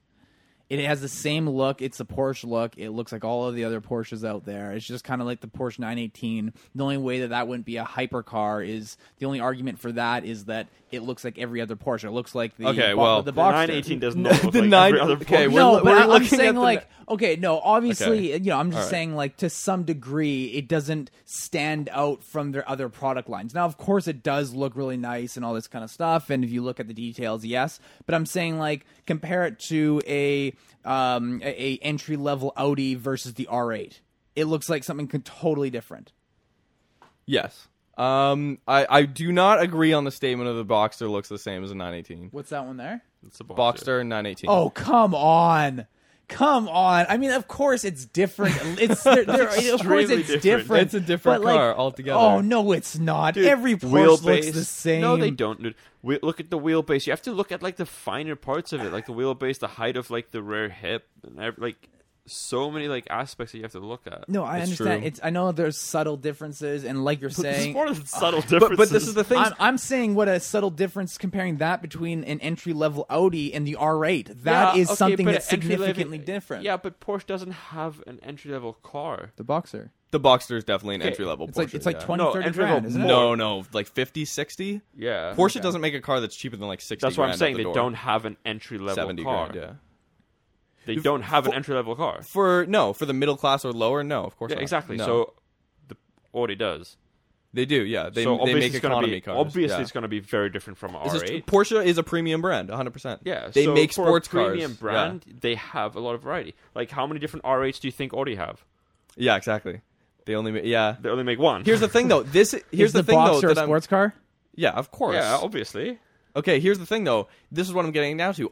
[SPEAKER 2] It has the same look. It's a Porsche look. It looks like all of the other Porsches out there. It's just kind of like the Porsche 918. The only way that that wouldn't be a hypercar is the only argument for that is that it looks like every other Porsche. It looks like the
[SPEAKER 3] Okay,
[SPEAKER 2] bo-
[SPEAKER 3] well,
[SPEAKER 2] the
[SPEAKER 1] The
[SPEAKER 2] Boxster.
[SPEAKER 1] 918
[SPEAKER 2] [LAUGHS]
[SPEAKER 1] does not look
[SPEAKER 3] The
[SPEAKER 1] like
[SPEAKER 3] nine-
[SPEAKER 1] every other
[SPEAKER 3] okay,
[SPEAKER 1] Porsche.
[SPEAKER 3] we're-
[SPEAKER 2] No, but I-
[SPEAKER 3] looking
[SPEAKER 2] I'm
[SPEAKER 3] at
[SPEAKER 2] saying
[SPEAKER 3] the-
[SPEAKER 2] like okay, no, obviously,
[SPEAKER 3] Okay.
[SPEAKER 2] you know, I'm just
[SPEAKER 3] All right.
[SPEAKER 2] saying like to some degree it doesn't stand out from their other product lines. Now, of course, it does look really nice and all this kind of stuff, and if you look at the details, yes, but I'm saying like compare it to a um a, a entry level Audi versus the R8. It looks like something con- totally different.
[SPEAKER 3] Yes. Um, I, I do not agree on the statement of the Boxster looks the same as a 918.
[SPEAKER 2] What's that one there?
[SPEAKER 1] It's a Boxster.
[SPEAKER 3] Boxster and 918.
[SPEAKER 2] Oh, come on. Come on! I mean, of course it's different. It's they're, they're- of course
[SPEAKER 1] extremely
[SPEAKER 2] it's different.
[SPEAKER 1] different.
[SPEAKER 3] It's a different
[SPEAKER 2] but, like,
[SPEAKER 3] car altogether.
[SPEAKER 2] Oh no, it's not. Every Porsche looks the same.
[SPEAKER 1] No, they don't. dude. We, look at the wheelbase. You have to look at like the finer parts of it, like the wheelbase, the height of like the rear hip, and ev- like so many like aspects that you have to look at.
[SPEAKER 2] No, I
[SPEAKER 3] It's
[SPEAKER 2] understand.
[SPEAKER 3] true.
[SPEAKER 2] It's I know there's subtle differences, and like you're
[SPEAKER 1] This
[SPEAKER 2] saying,
[SPEAKER 1] is more than subtle
[SPEAKER 3] Uh, [LAUGHS] But,
[SPEAKER 1] differences.
[SPEAKER 3] but this is the thing.
[SPEAKER 2] I'm, I'm saying what a subtle difference comparing that between an entry level Audi and the R8. That is
[SPEAKER 1] Yeah, okay,
[SPEAKER 2] something
[SPEAKER 1] but
[SPEAKER 2] that's
[SPEAKER 1] an entry-level-
[SPEAKER 2] significantly different.
[SPEAKER 1] Yeah, but Porsche doesn't have an entry level car.
[SPEAKER 2] the boxer.
[SPEAKER 3] the Boxster is definitely an entry level
[SPEAKER 2] It's
[SPEAKER 3] Porsche.
[SPEAKER 2] like it's like
[SPEAKER 3] yeah.
[SPEAKER 2] 20,
[SPEAKER 1] No,
[SPEAKER 2] 30
[SPEAKER 1] entry-level
[SPEAKER 2] grand, isn't it?
[SPEAKER 3] No, no, like 50, 60.
[SPEAKER 1] Yeah,
[SPEAKER 3] Porsche doesn't make a car that's cheaper than like 60.
[SPEAKER 1] That's what I'm
[SPEAKER 3] grand at
[SPEAKER 1] saying.
[SPEAKER 3] the
[SPEAKER 1] They
[SPEAKER 3] door.
[SPEAKER 1] don't have an entry level
[SPEAKER 3] 70
[SPEAKER 1] car.
[SPEAKER 3] grand, yeah.
[SPEAKER 1] They don't have an
[SPEAKER 3] for-
[SPEAKER 1] entry level car.
[SPEAKER 3] For no, for the middle class or lower, no, of course
[SPEAKER 1] Yeah,
[SPEAKER 3] not.
[SPEAKER 1] exactly.
[SPEAKER 3] No.
[SPEAKER 1] So the Audi does.
[SPEAKER 3] They do, yeah. They,
[SPEAKER 1] so
[SPEAKER 3] they
[SPEAKER 1] obviously
[SPEAKER 3] make
[SPEAKER 1] it's gonna
[SPEAKER 3] economy
[SPEAKER 1] be,
[SPEAKER 3] cars.
[SPEAKER 1] Obviously,
[SPEAKER 3] yeah.
[SPEAKER 1] it's going to be very different from
[SPEAKER 3] It's
[SPEAKER 1] R8.
[SPEAKER 3] just- Porsche is a premium brand, 100%.
[SPEAKER 1] yeah,
[SPEAKER 3] They
[SPEAKER 1] so
[SPEAKER 3] make
[SPEAKER 1] for
[SPEAKER 3] sports
[SPEAKER 1] a premium
[SPEAKER 3] cars.
[SPEAKER 1] brand. They have a lot of variety. Like, how many different R8s do you think Audi have?
[SPEAKER 3] Yeah, exactly. They only make, yeah.
[SPEAKER 1] They only make one.
[SPEAKER 3] Here's the thing though. This here's
[SPEAKER 2] Is the,
[SPEAKER 3] thing though
[SPEAKER 2] boxer
[SPEAKER 3] that
[SPEAKER 2] a
[SPEAKER 3] I'm-
[SPEAKER 2] sports car?
[SPEAKER 3] Yeah, of course.
[SPEAKER 1] yeah, obviously.
[SPEAKER 3] Okay, here's the thing though. This is what I'm getting now to.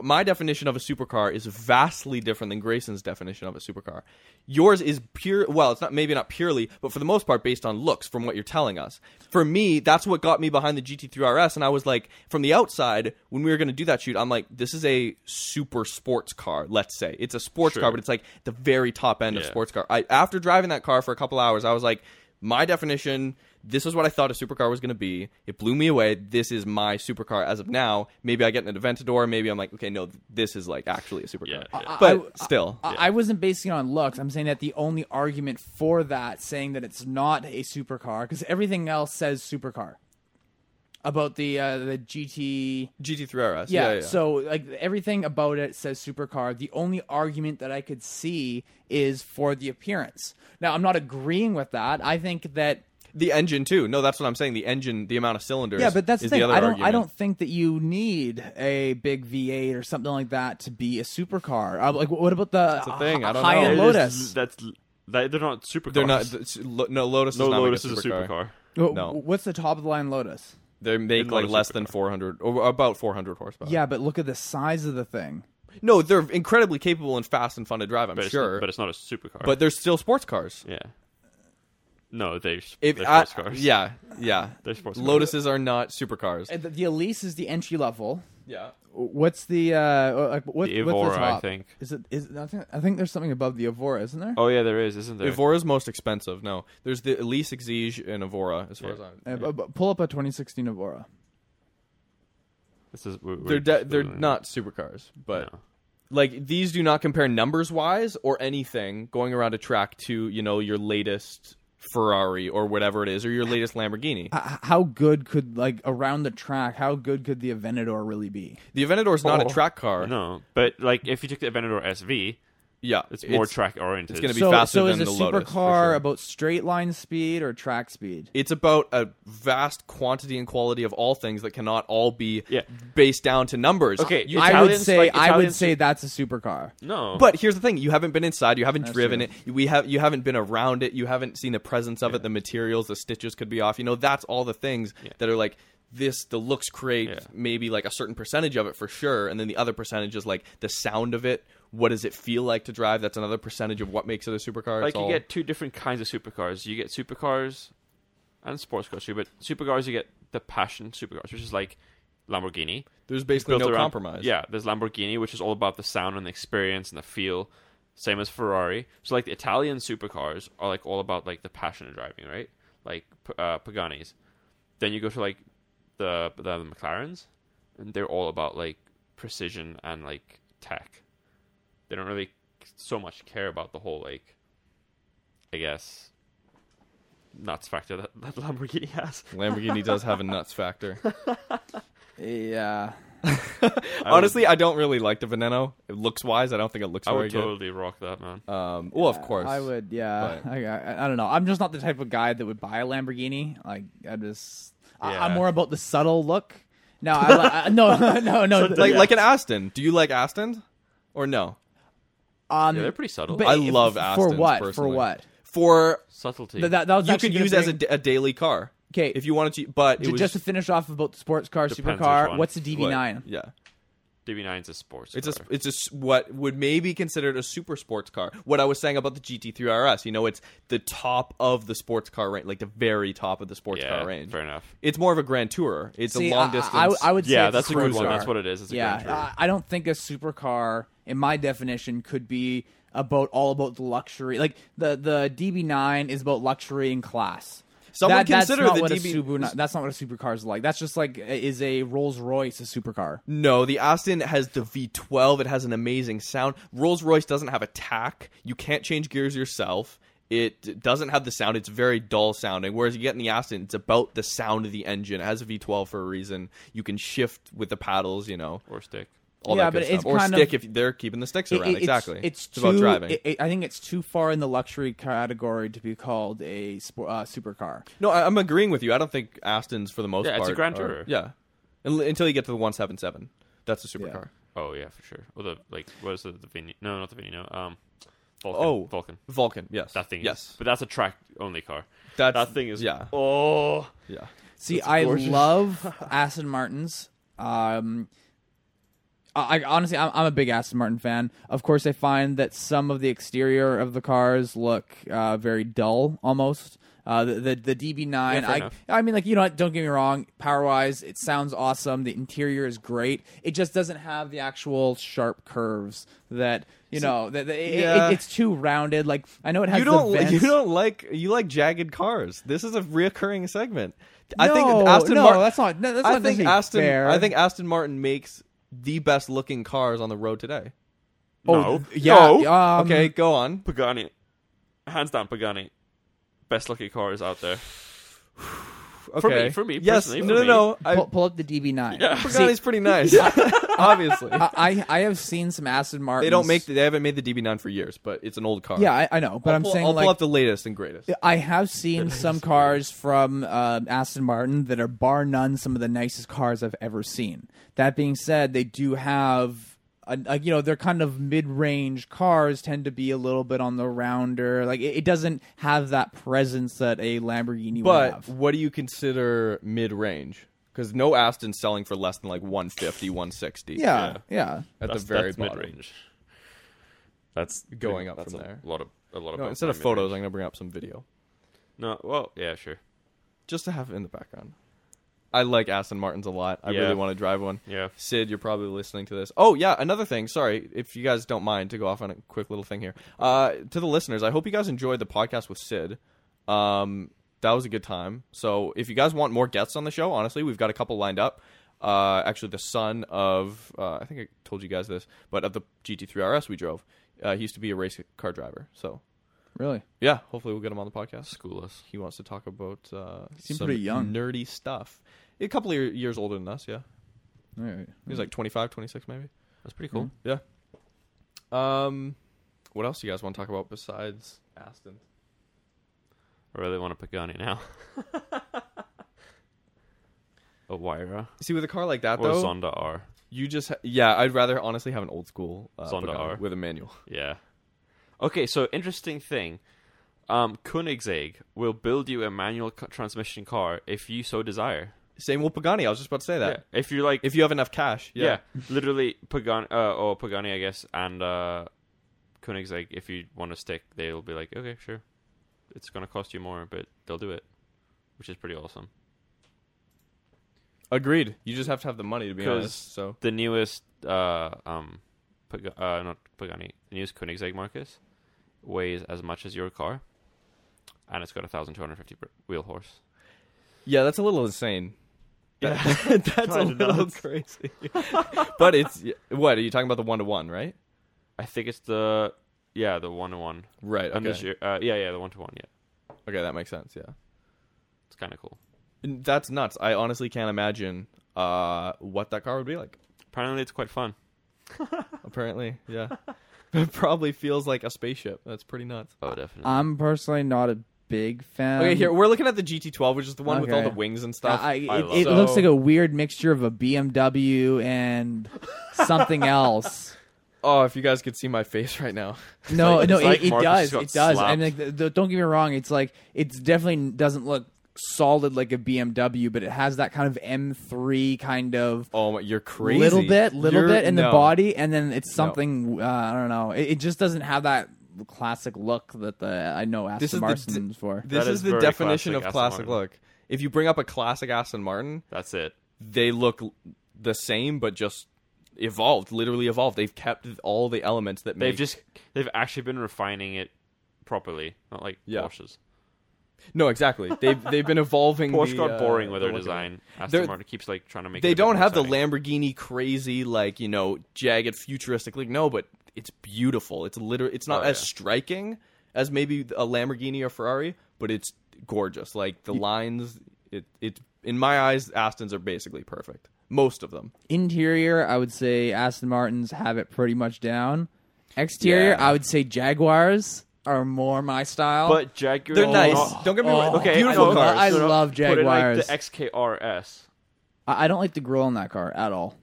[SPEAKER 3] My definition of a supercar is vastly different than Grayson's definition of a supercar. Yours is pure well, it's not maybe not purely, but for the most part based on looks from what you're telling us. For me, that's what got me behind the GT3 RS and I was like from the outside when we were going to do that shoot, I'm like this is a super sports car, let's say. It's a sports
[SPEAKER 1] Sure.
[SPEAKER 3] car, but it's like the very top end of
[SPEAKER 1] Yeah.
[SPEAKER 3] sports car. I after driving that car for a couple hours, I was like my definition this is what I thought a supercar was going to be. It blew me away. This is my supercar as of now. Maybe I get an Aventador. Maybe I'm like, okay, no, this is like actually a supercar.
[SPEAKER 1] Yeah, yeah.
[SPEAKER 3] But
[SPEAKER 2] I-
[SPEAKER 3] still,
[SPEAKER 2] I, I wasn't basing it on looks. I'm saying that the only argument for that, saying that it's not a supercar, because everything else says supercar about the uh, the GT.
[SPEAKER 3] GT3 RS.
[SPEAKER 2] Yeah,
[SPEAKER 3] yeah, yeah.
[SPEAKER 2] So like everything about it says supercar. The only argument that I could see is for the appearance. Now I'm not agreeing with that. I think that
[SPEAKER 3] the engine too. No, that's what I'm saying. The engine, the amount of cylinders.
[SPEAKER 2] yeah, but that's the
[SPEAKER 3] is
[SPEAKER 2] thing.
[SPEAKER 3] other
[SPEAKER 2] I don't. I
[SPEAKER 3] argument.
[SPEAKER 2] don't think that you need a big V8 or something like that to be a supercar. Uh, like, what about the,
[SPEAKER 3] the thing. I don't
[SPEAKER 2] high
[SPEAKER 3] know.
[SPEAKER 2] end
[SPEAKER 3] It
[SPEAKER 1] Is,
[SPEAKER 2] Oh, Lotus?
[SPEAKER 1] that's that, they're not supercars.
[SPEAKER 2] [LAUGHS]
[SPEAKER 3] They're not. th- lo- No, Lotus
[SPEAKER 1] no
[SPEAKER 3] is not
[SPEAKER 1] Lotus
[SPEAKER 3] like
[SPEAKER 1] is a supercar.
[SPEAKER 2] Wh-
[SPEAKER 3] no.
[SPEAKER 2] Oh, What's the top of the line Lotus?
[SPEAKER 3] They make
[SPEAKER 1] not
[SPEAKER 3] like
[SPEAKER 1] a
[SPEAKER 3] less than 400 or about 400 horsepower.
[SPEAKER 2] Yeah, but look at the size of the thing.
[SPEAKER 3] No, they're incredibly capable and fast and fun to drive. I'm
[SPEAKER 1] But it's,
[SPEAKER 3] sure.
[SPEAKER 1] but it's not a supercar.
[SPEAKER 3] but they're still sports cars.
[SPEAKER 1] yeah, no, they're,
[SPEAKER 3] If
[SPEAKER 1] they're
[SPEAKER 3] I-
[SPEAKER 1] sports cars.
[SPEAKER 3] Yeah, yeah.
[SPEAKER 1] [LAUGHS] They're sports cars.
[SPEAKER 3] Lotuses are not supercars.
[SPEAKER 2] Uh, The, the Elise is the entry level.
[SPEAKER 3] Yeah.
[SPEAKER 2] What's the uh? uh, Like, what,
[SPEAKER 1] The
[SPEAKER 2] what's
[SPEAKER 1] Evora,
[SPEAKER 2] the
[SPEAKER 1] I
[SPEAKER 2] top?
[SPEAKER 1] think.
[SPEAKER 2] Is it? Is I think, I think there's something above the Evora, isn't there?
[SPEAKER 1] Oh yeah, there is, isn't there?
[SPEAKER 3] Evora's most expensive. No, there's the Elise Exige and Evora. As far
[SPEAKER 1] Yeah.
[SPEAKER 3] as I'm,
[SPEAKER 2] Uh, bu- bu- pull up a 2016 Evora.
[SPEAKER 1] This is we- we're
[SPEAKER 3] they're de-
[SPEAKER 1] just
[SPEAKER 3] they're
[SPEAKER 1] doing-
[SPEAKER 3] not supercars, but
[SPEAKER 1] No.
[SPEAKER 3] like these do not compare numbers wise or anything going around a track to you know your latest Ferrari or whatever it is or your latest Lamborghini.
[SPEAKER 2] H- h- how good could like around the track? How good could the Aventador really be?
[SPEAKER 3] The Aventador's not
[SPEAKER 1] Oh.
[SPEAKER 3] a track car.
[SPEAKER 1] No, but like if you took the Aventador SV,
[SPEAKER 3] Yeah,
[SPEAKER 1] it's more track oriented.
[SPEAKER 3] it's gonna be
[SPEAKER 2] so,
[SPEAKER 3] faster
[SPEAKER 2] so
[SPEAKER 3] than
[SPEAKER 2] is a
[SPEAKER 3] the Lotus, for
[SPEAKER 2] supercar
[SPEAKER 3] sure.
[SPEAKER 2] about straight line speed or track speed?
[SPEAKER 3] It's about a vast quantity and quality of all things that cannot all be
[SPEAKER 1] Yeah.
[SPEAKER 3] based down to numbers.
[SPEAKER 1] Okay,
[SPEAKER 3] you
[SPEAKER 2] I would
[SPEAKER 1] Italians,
[SPEAKER 2] say
[SPEAKER 1] like,
[SPEAKER 2] I would
[SPEAKER 1] Italians-
[SPEAKER 2] say that's a supercar.
[SPEAKER 1] no,
[SPEAKER 3] But here's the thing: you haven't been inside, you haven't
[SPEAKER 2] That's
[SPEAKER 3] driven
[SPEAKER 2] true.
[SPEAKER 3] it, we have you haven't been around it, you haven't seen the presence of it, the materials, the stitches could be off. You know, that's all the things that are like this. The looks create
[SPEAKER 1] Yeah.
[SPEAKER 3] maybe like a certain percentage of it for sure, and then the other percentage is like the sound of it. What does it feel like to drive? That's another percentage of what makes it a supercar.
[SPEAKER 1] like
[SPEAKER 3] It's
[SPEAKER 1] you
[SPEAKER 3] all-
[SPEAKER 1] get two different kinds of supercars. You get supercars and sports cars too, but supercars you get the passion supercars, which is like Lamborghini.
[SPEAKER 3] there's basically no
[SPEAKER 1] around-
[SPEAKER 3] compromise.
[SPEAKER 1] Yeah, there's Lamborghini, which is all about the sound and the experience and the feel. Same as Ferrari. So like the Italian supercars are like all about like the passion of driving, right? Like P- uh, Pagani's. Then you go to like the the McLarens, and they're all about like precision and like tech. They don't really so much care about the whole like, I guess, nuts factor that, [LAUGHS] that Lamborghini has.
[SPEAKER 3] Lamborghini does have a
[SPEAKER 1] [LAUGHS]
[SPEAKER 3] nuts factor.
[SPEAKER 2] Yeah.
[SPEAKER 3] Honestly, I don't really like the Veneno. Looks wise, I don't think it looks
[SPEAKER 1] I
[SPEAKER 3] very
[SPEAKER 1] would
[SPEAKER 3] good.
[SPEAKER 1] totally rock that man.
[SPEAKER 3] Um, well, of course,
[SPEAKER 2] I would, yeah. [LAUGHS]
[SPEAKER 3] But-
[SPEAKER 2] I, I, I don't know. I'm just not the type of guy that would buy a Lamborghini. Like, I just, I, I'm
[SPEAKER 3] Yeah.
[SPEAKER 2] more about the subtle look. No, I, li- I, no, [LAUGHS] no, no.
[SPEAKER 3] like
[SPEAKER 2] yeah.
[SPEAKER 3] like an Aston. Do you like Aston or no?
[SPEAKER 2] um,
[SPEAKER 1] Yeah, they're pretty subtle.
[SPEAKER 2] but
[SPEAKER 3] I
[SPEAKER 2] if-
[SPEAKER 3] love
[SPEAKER 2] for
[SPEAKER 3] Astons,
[SPEAKER 2] what?
[SPEAKER 3] personally.
[SPEAKER 2] For what?
[SPEAKER 3] For
[SPEAKER 1] Subtlety.
[SPEAKER 2] Th- That, that was
[SPEAKER 3] you
[SPEAKER 2] actually
[SPEAKER 3] could
[SPEAKER 2] gonna
[SPEAKER 3] use
[SPEAKER 2] bring,
[SPEAKER 3] as a, d- a daily car.
[SPEAKER 2] Okay.
[SPEAKER 3] if you wanted to, but it
[SPEAKER 2] j-
[SPEAKER 3] was
[SPEAKER 2] just to finish off about the sports car,
[SPEAKER 1] Depends which
[SPEAKER 2] supercar.
[SPEAKER 1] one.
[SPEAKER 2] What's a
[SPEAKER 3] what-
[SPEAKER 2] DB9?
[SPEAKER 3] Yeah,
[SPEAKER 1] DB9 is a sports.
[SPEAKER 3] it's a
[SPEAKER 1] car.
[SPEAKER 3] s- it's a s what would maybe considered a super sports car. What I was saying about the GT3 RS, you know, it's the top of the sports car range, like the very top of the sports
[SPEAKER 1] yeah,
[SPEAKER 3] car range.
[SPEAKER 1] Fair enough.
[SPEAKER 3] It's more of a Grand Tourer. It's
[SPEAKER 2] See,
[SPEAKER 3] a
[SPEAKER 2] I-
[SPEAKER 3] long
[SPEAKER 2] I-
[SPEAKER 3] distance.
[SPEAKER 2] I, I would say
[SPEAKER 1] Yeah,
[SPEAKER 2] it's
[SPEAKER 1] that's a good
[SPEAKER 2] sports
[SPEAKER 1] one.
[SPEAKER 2] car.
[SPEAKER 1] That's what it is. It's a
[SPEAKER 2] yeah,
[SPEAKER 1] Grand Tourer.
[SPEAKER 2] I, I don't think a supercar, in my definition, could be about all about the luxury. Like the the DB9 is about luxury and class.
[SPEAKER 3] Someone
[SPEAKER 2] That-
[SPEAKER 3] consider
[SPEAKER 2] that's not
[SPEAKER 3] the
[SPEAKER 2] what
[SPEAKER 3] DB
[SPEAKER 2] a Subaru, that's not what a supercar is like. That's just like is a Rolls Royce a supercar?
[SPEAKER 3] No, the Aston has the V12. It has an amazing sound. Rolls Royce doesn't have a tack. You can't change gears yourself. It doesn't have the sound. It's very dull sounding. Whereas you get in the Aston, it's about the sound of the engine. It has a V12 for a reason. You can shift with the paddles, you know,
[SPEAKER 1] Or stick.
[SPEAKER 3] all
[SPEAKER 2] Yeah,
[SPEAKER 3] that good
[SPEAKER 2] but it's
[SPEAKER 3] stuff. Or
[SPEAKER 2] kind of-
[SPEAKER 3] stick if they're keeping the sticks
[SPEAKER 2] It-
[SPEAKER 3] around.
[SPEAKER 2] it- it's-
[SPEAKER 3] exactly.
[SPEAKER 2] It's, too,
[SPEAKER 3] about driving.
[SPEAKER 2] it- it- I think it's too far in the luxury category to be called a sport, uh, supercar.
[SPEAKER 3] no, I, I'm agreeing with you. I don't think Aston's for the most
[SPEAKER 1] Yeah, it's a
[SPEAKER 3] part.
[SPEAKER 1] Grand
[SPEAKER 3] are-
[SPEAKER 1] Tourer.
[SPEAKER 3] Yeah, Un- until you get to the 177, that's a supercar.
[SPEAKER 1] Oh yeah, for sure. Well, the like what is it? The Vin? No, not the Vin. No, um, Vulcan.
[SPEAKER 3] Oh.
[SPEAKER 1] Vulcan.
[SPEAKER 3] Vulcan, yes,
[SPEAKER 1] That thing.
[SPEAKER 3] yes,
[SPEAKER 1] Is, but that's a track only car.
[SPEAKER 3] That's,
[SPEAKER 1] That thing is.
[SPEAKER 3] yeah,
[SPEAKER 1] Oh.
[SPEAKER 3] yeah.
[SPEAKER 2] See,
[SPEAKER 4] That's
[SPEAKER 2] I
[SPEAKER 4] gorgeous.
[SPEAKER 2] love Aston Martins. Um, I, I honestly, I'm, I'm a big Aston Martin fan. Of course, I find that some of the exterior of the cars look uh, very dull, almost. Uh, the, the the DB9,
[SPEAKER 1] Yeah, fair
[SPEAKER 2] I
[SPEAKER 1] enough.
[SPEAKER 2] I mean, like you know, what, don't get me wrong. Power wise, it sounds awesome. The interior is great. It just doesn't have the actual sharp curves that you know. That, that- it- it-
[SPEAKER 3] Yeah.
[SPEAKER 2] it's too rounded. Like I know it has
[SPEAKER 3] You don't. [LAUGHS]
[SPEAKER 2] the vents.
[SPEAKER 3] You don't like. You like jagged cars. This is a reoccurring segment. I think
[SPEAKER 2] No,
[SPEAKER 3] Aston
[SPEAKER 2] no,
[SPEAKER 3] Martin.
[SPEAKER 2] that's not- no, that's
[SPEAKER 3] I
[SPEAKER 2] not
[SPEAKER 3] think
[SPEAKER 2] necessarily
[SPEAKER 3] Aston.
[SPEAKER 2] fair.
[SPEAKER 3] I think Aston Martin makes the best looking cars on the road today.
[SPEAKER 1] No.
[SPEAKER 2] th- Oh, yeah.
[SPEAKER 1] No.
[SPEAKER 2] um,
[SPEAKER 3] okay, go on.
[SPEAKER 1] Pagani. Hands down, Pagani. Best looking cars out there.
[SPEAKER 3] Okay.
[SPEAKER 1] me, for me,
[SPEAKER 3] Yes.
[SPEAKER 1] personally,
[SPEAKER 3] no,
[SPEAKER 1] for
[SPEAKER 3] no, no. I,
[SPEAKER 2] Pull, pull up the
[SPEAKER 3] [LAUGHS]
[SPEAKER 2] DB9.
[SPEAKER 3] Pagani's pretty nice. [LAUGHS] Obviously,
[SPEAKER 2] I, I I have seen some Aston Martins.
[SPEAKER 3] they
[SPEAKER 2] [LAUGHS]
[SPEAKER 3] don't make. The, they haven't made the DB9 for years, but it's an old car.
[SPEAKER 2] Yeah, I, I know, but
[SPEAKER 3] I'll
[SPEAKER 2] I'm
[SPEAKER 3] pull,
[SPEAKER 2] saying
[SPEAKER 3] I'll
[SPEAKER 2] like
[SPEAKER 3] pull up the latest and greatest.
[SPEAKER 2] I have seen some cars from um Aston Martin that are bar none some of the nicest cars I've ever seen. That being said, they do have. A, a- you know, their kind of mid-range cars tend to be a little bit on the rounder. Like it, it doesn't have that presence that a Lamborghini would
[SPEAKER 3] But
[SPEAKER 2] have.
[SPEAKER 3] what do you consider mid range? Because no Aston's selling for less than like 150, 160.
[SPEAKER 2] Yeah, yeah.
[SPEAKER 3] at
[SPEAKER 1] That's,
[SPEAKER 3] the very
[SPEAKER 1] that's mid
[SPEAKER 3] bottom.
[SPEAKER 1] range. That's
[SPEAKER 3] Going up
[SPEAKER 1] that's
[SPEAKER 3] from
[SPEAKER 1] a
[SPEAKER 3] there.
[SPEAKER 1] lot of a lot of.
[SPEAKER 3] No,
[SPEAKER 1] both
[SPEAKER 3] instead of
[SPEAKER 1] my
[SPEAKER 3] photos,
[SPEAKER 1] mid-range.
[SPEAKER 3] I'm gonna bring up some video
[SPEAKER 1] No. Well, yeah, sure.
[SPEAKER 3] just to have it in the background. I like Aston Martins a lot. I
[SPEAKER 1] Yeah.
[SPEAKER 3] really want to drive one.
[SPEAKER 1] Yeah.
[SPEAKER 3] Sid, you're probably listening to this. Oh yeah, another thing. Sorry, if you guys don't mind to go off on a quick little thing here. Uh, to the listeners, I hope you guys enjoyed the podcast with Sid. Um, that was a good time. So if you guys want more guests on the show, honestly, we've got a couple lined up. Uh, actually, the son of uh, I think I told you guys this, but of the GT3 RS we drove, uh, he used to be a race car driver. So
[SPEAKER 2] Really,
[SPEAKER 3] yeah, hopefully we'll get him on the podcast
[SPEAKER 1] School us.
[SPEAKER 3] he wants to talk about uh,
[SPEAKER 2] seemed
[SPEAKER 3] some
[SPEAKER 2] pretty young.
[SPEAKER 3] nerdy stuff. A couple of year- years older than us, yeah.
[SPEAKER 2] All right.
[SPEAKER 3] He was like 25, 26 maybe.
[SPEAKER 1] That's pretty cool.
[SPEAKER 3] Yeah. Um, what else do you guys want to talk about besides Aston?
[SPEAKER 1] I really want a Pagani
[SPEAKER 3] [LAUGHS]
[SPEAKER 1] now. a Wyra
[SPEAKER 3] See, with a car like that
[SPEAKER 1] or a
[SPEAKER 3] though,
[SPEAKER 1] Zonda R.
[SPEAKER 3] you just ha- yeah. I'd rather honestly have an old school uh,
[SPEAKER 1] Zonda
[SPEAKER 3] Pagani
[SPEAKER 1] R.
[SPEAKER 3] with a manual.
[SPEAKER 1] Yeah. Okay, so interesting thing. Um, Koenigsegg will build you a manual c- transmission car if you so desire.
[SPEAKER 3] Same with Pagani. I was just about to say that.
[SPEAKER 1] Yeah. If you're like,
[SPEAKER 3] If you have enough cash, yeah.
[SPEAKER 1] yeah, literally Pagani uh, or Pagani, I guess, and uh, Koenigsegg. If you want to stick, they'll be like, okay, sure. It's gonna cost you more, but they'll do it, which is pretty awesome.
[SPEAKER 3] Agreed. You just have to have the money to be
[SPEAKER 1] 'Cause-
[SPEAKER 3] honest. So
[SPEAKER 1] The newest, uh, um, Pag- uh, not Pagani, the newest Koenigsegg Marcus weighs as much as your car, and it's got a thousand two hundred fifty wheel horse.
[SPEAKER 3] yeah, that's a little insane.
[SPEAKER 1] Yeah.
[SPEAKER 3] That- [LAUGHS]
[SPEAKER 1] [LAUGHS]
[SPEAKER 3] that's a
[SPEAKER 1] Kinda
[SPEAKER 3] little
[SPEAKER 1] nuts.
[SPEAKER 3] crazy. [LAUGHS] but it's what are you talking about? The one to one, right?
[SPEAKER 1] I think it's the yeah the one to one.
[SPEAKER 3] Right.
[SPEAKER 1] And this
[SPEAKER 3] Okay.
[SPEAKER 1] year, uh, yeah, yeah, the one to one. Yeah,
[SPEAKER 3] Okay, that makes sense. Yeah,
[SPEAKER 1] it's kind of cool.
[SPEAKER 3] And that's nuts. I honestly can't imagine uh, what that car would be like.
[SPEAKER 1] Apparently, it's quite fun.
[SPEAKER 3] Apparently,
[SPEAKER 2] [LAUGHS]
[SPEAKER 3] yeah, [LAUGHS] it probably feels like a spaceship. That's pretty nuts.
[SPEAKER 1] Oh,
[SPEAKER 3] Uh,
[SPEAKER 1] definitely.
[SPEAKER 2] I'm personally not a big fan.
[SPEAKER 3] okay, here we're looking at the GT12, which is the one with all
[SPEAKER 2] Um, Okay.
[SPEAKER 3] the wings and stuff.
[SPEAKER 2] I,
[SPEAKER 1] I
[SPEAKER 2] it
[SPEAKER 1] love
[SPEAKER 2] it
[SPEAKER 3] it.
[SPEAKER 2] looks
[SPEAKER 3] So-
[SPEAKER 2] like a weird mixture of a BMW
[SPEAKER 3] [LAUGHS]
[SPEAKER 2] and something else.
[SPEAKER 3] oh, if you guys could see my face [LAUGHS] right now.
[SPEAKER 2] No,
[SPEAKER 1] like-
[SPEAKER 2] no,
[SPEAKER 1] it's like
[SPEAKER 2] it, it
[SPEAKER 1] Marcus
[SPEAKER 2] does.
[SPEAKER 1] got
[SPEAKER 2] It does. I
[SPEAKER 1] slapped.
[SPEAKER 2] mean, like, the, the- don't get me wrong. It's like it definitely doesn't look solid like a BMW, but it has that kind of M3 kind of
[SPEAKER 3] Oh, my, you're crazy.
[SPEAKER 2] little bit, little
[SPEAKER 3] You're-
[SPEAKER 2] bit in the
[SPEAKER 3] no.
[SPEAKER 2] body, and then it's something. Uh, I don't know. It, it just doesn't have that classic look that the I know
[SPEAKER 3] This
[SPEAKER 2] Aston
[SPEAKER 3] is the d-
[SPEAKER 2] Martin's for.
[SPEAKER 3] This
[SPEAKER 1] That
[SPEAKER 3] is
[SPEAKER 1] is
[SPEAKER 3] the
[SPEAKER 1] very
[SPEAKER 3] definition
[SPEAKER 1] classic
[SPEAKER 3] of
[SPEAKER 1] Aston
[SPEAKER 3] classic
[SPEAKER 1] Martin.
[SPEAKER 3] look. If you bring up a classic Aston Martin,
[SPEAKER 1] That's it.
[SPEAKER 3] they look l- the same, but just evolved. Literally evolved. They've kept all the elements that
[SPEAKER 1] They've
[SPEAKER 3] make
[SPEAKER 1] just they've actually been refining it properly, not like
[SPEAKER 3] Yeah.
[SPEAKER 1] Porsches.
[SPEAKER 3] No, exactly. They've they've been evolving.
[SPEAKER 1] Porsche
[SPEAKER 3] the,
[SPEAKER 1] got
[SPEAKER 3] uh,
[SPEAKER 1] boring with
[SPEAKER 3] the
[SPEAKER 1] their
[SPEAKER 3] look of it.
[SPEAKER 1] design. Aston
[SPEAKER 3] They're-
[SPEAKER 1] Martin keeps like trying to make. it
[SPEAKER 3] They
[SPEAKER 1] a bit
[SPEAKER 3] don't
[SPEAKER 1] more
[SPEAKER 3] have the
[SPEAKER 1] exciting.
[SPEAKER 3] Lamborghini crazy, like you know, jagged, futuristic. Like no, but it's beautiful. It's literally. It's not
[SPEAKER 1] Oh,
[SPEAKER 3] as
[SPEAKER 1] yeah.
[SPEAKER 3] striking as maybe a Lamborghini or Ferrari, but it's gorgeous. Like the lines, it it in my eyes, Aston's are basically perfect. Most of them.
[SPEAKER 2] Interior, I would say Aston Martins have it pretty much down. Exterior,
[SPEAKER 3] Yeah.
[SPEAKER 2] I would say Jaguars are more my style.
[SPEAKER 1] But Jaguar,
[SPEAKER 3] They're nice.
[SPEAKER 1] Oh,
[SPEAKER 3] Don't get me wrong.
[SPEAKER 2] oh,
[SPEAKER 1] okay,
[SPEAKER 3] Beautiful
[SPEAKER 1] I know,
[SPEAKER 3] cars.
[SPEAKER 2] I
[SPEAKER 1] no, no,
[SPEAKER 2] love
[SPEAKER 1] put in,
[SPEAKER 2] Jaguars.
[SPEAKER 1] like the XKRS
[SPEAKER 2] I, I don't like the grill on that car at all.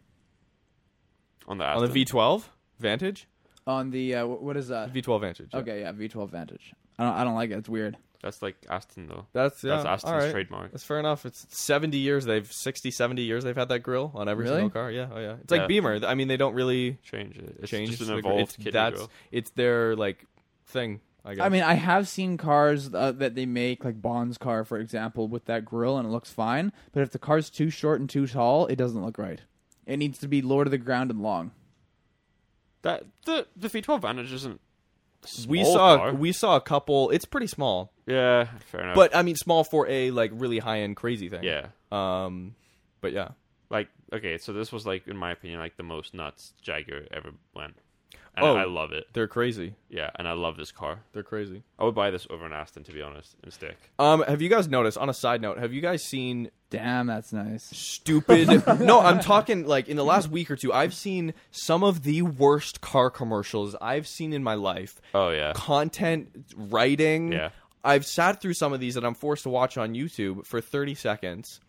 [SPEAKER 1] on the
[SPEAKER 3] On
[SPEAKER 1] Aston.
[SPEAKER 3] the V12 Vantage,
[SPEAKER 2] On the uh, wh- what is that?
[SPEAKER 3] V12 Vantage. yeah.
[SPEAKER 2] Okay, yeah, V12 Vantage. I don't, I don't like it. It's weird.
[SPEAKER 1] That's like Aston though.
[SPEAKER 3] That's yeah,
[SPEAKER 1] That's Aston's
[SPEAKER 3] all right.
[SPEAKER 1] trademark.
[SPEAKER 3] That's fair enough. It's 70 years they've 60 70 years they've had that grill on every
[SPEAKER 2] Really?
[SPEAKER 3] single car. Yeah, oh yeah. It's
[SPEAKER 1] Yeah.
[SPEAKER 3] like Beamer. I mean they don't really
[SPEAKER 1] Change it. It's
[SPEAKER 3] change
[SPEAKER 1] just
[SPEAKER 3] the
[SPEAKER 1] an
[SPEAKER 3] grill.
[SPEAKER 1] evolved
[SPEAKER 3] it's,
[SPEAKER 1] kidney
[SPEAKER 3] that's
[SPEAKER 1] grill.
[SPEAKER 3] it's their like thing, I guess.
[SPEAKER 2] I mean, I have seen cars uh, that they make, like Bond's car, for example, with that grill, and it looks fine. But if the car's too short and too tall, it doesn't look right. It needs to be lower to the ground and long.
[SPEAKER 1] That the the V12 Vantage isn't. a Small
[SPEAKER 3] we saw
[SPEAKER 1] car.
[SPEAKER 3] we saw a couple. It's pretty small.
[SPEAKER 1] yeah, fair enough.
[SPEAKER 3] But I mean small for a like really high-end crazy thing.
[SPEAKER 1] yeah,
[SPEAKER 3] Um but yeah.
[SPEAKER 1] like okay, so this was like in my opinion like the most nuts Jaguar ever went. And
[SPEAKER 3] Oh.
[SPEAKER 1] I love it.
[SPEAKER 3] They're crazy.
[SPEAKER 1] Yeah, and I love this car.
[SPEAKER 3] They're crazy.
[SPEAKER 1] I would buy this over an Aston to be honest and stick.
[SPEAKER 3] Um have you guys noticed on a side note, have you guys seen
[SPEAKER 2] Damn, that's nice. [LAUGHS]
[SPEAKER 3] stupid. [LAUGHS] no, I'm talking like in the last week or two, I've seen some of the worst car commercials I've seen in my life.
[SPEAKER 1] Oh yeah.
[SPEAKER 3] Content, writing.
[SPEAKER 1] Yeah.
[SPEAKER 3] I've sat through some of these that I'm forced to watch on YouTube for 30 seconds.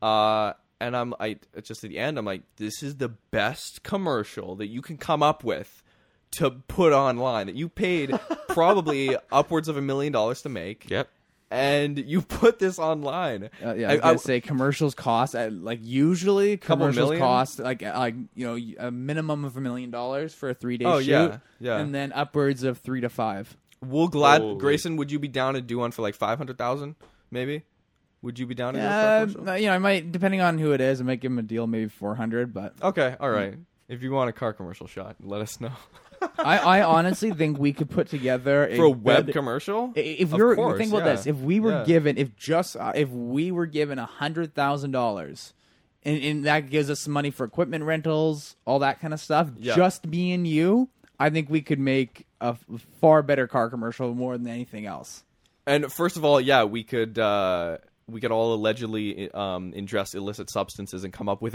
[SPEAKER 3] Uh, and I'm I just at the end I'm like this is the best commercial that you can come up with to put online that
[SPEAKER 1] [LAUGHS]
[SPEAKER 3] you paid probably upwards of a million dollars to make
[SPEAKER 1] Yep.
[SPEAKER 3] and you put this online.
[SPEAKER 2] Uh, yeah, I was
[SPEAKER 3] I- I-
[SPEAKER 2] gonna say commercials cost uh, like usually
[SPEAKER 3] Couple
[SPEAKER 2] commercials
[SPEAKER 3] million?
[SPEAKER 2] cost like uh, like you know a minimum of a million dollars for a three day
[SPEAKER 3] Oh,
[SPEAKER 2] shoot,
[SPEAKER 3] yeah, yeah.
[SPEAKER 2] and then upwards of three to five.
[SPEAKER 3] We'll glad
[SPEAKER 1] Holy-
[SPEAKER 3] Grayson. Would you be down to do one for like five hundred thousand? Maybe. Would you be down to do
[SPEAKER 2] Uh,
[SPEAKER 3] a car commercial?
[SPEAKER 2] you know, I might depending on who it is, I might give him a deal, maybe four hundred, but
[SPEAKER 3] Okay, all right. If you want a car commercial shot, let us know.
[SPEAKER 2] I, I honestly think we could put together a
[SPEAKER 3] [LAUGHS] For a web
[SPEAKER 2] good-
[SPEAKER 3] commercial,
[SPEAKER 2] I- If
[SPEAKER 3] Of
[SPEAKER 2] we were
[SPEAKER 3] course,
[SPEAKER 2] think about
[SPEAKER 3] yeah.
[SPEAKER 2] this, if we were
[SPEAKER 3] Yeah.
[SPEAKER 2] given, if just uh, if we were given a hundred thousand dollars, and and that gives us some money for equipment rentals, all that kind of stuff,
[SPEAKER 3] Yeah.
[SPEAKER 2] just me and you, I think we could make a f- far better car commercial more than anything else.
[SPEAKER 3] and first of all, yeah, we could uh, we could all allegedly um, ingest illicit substances and come up with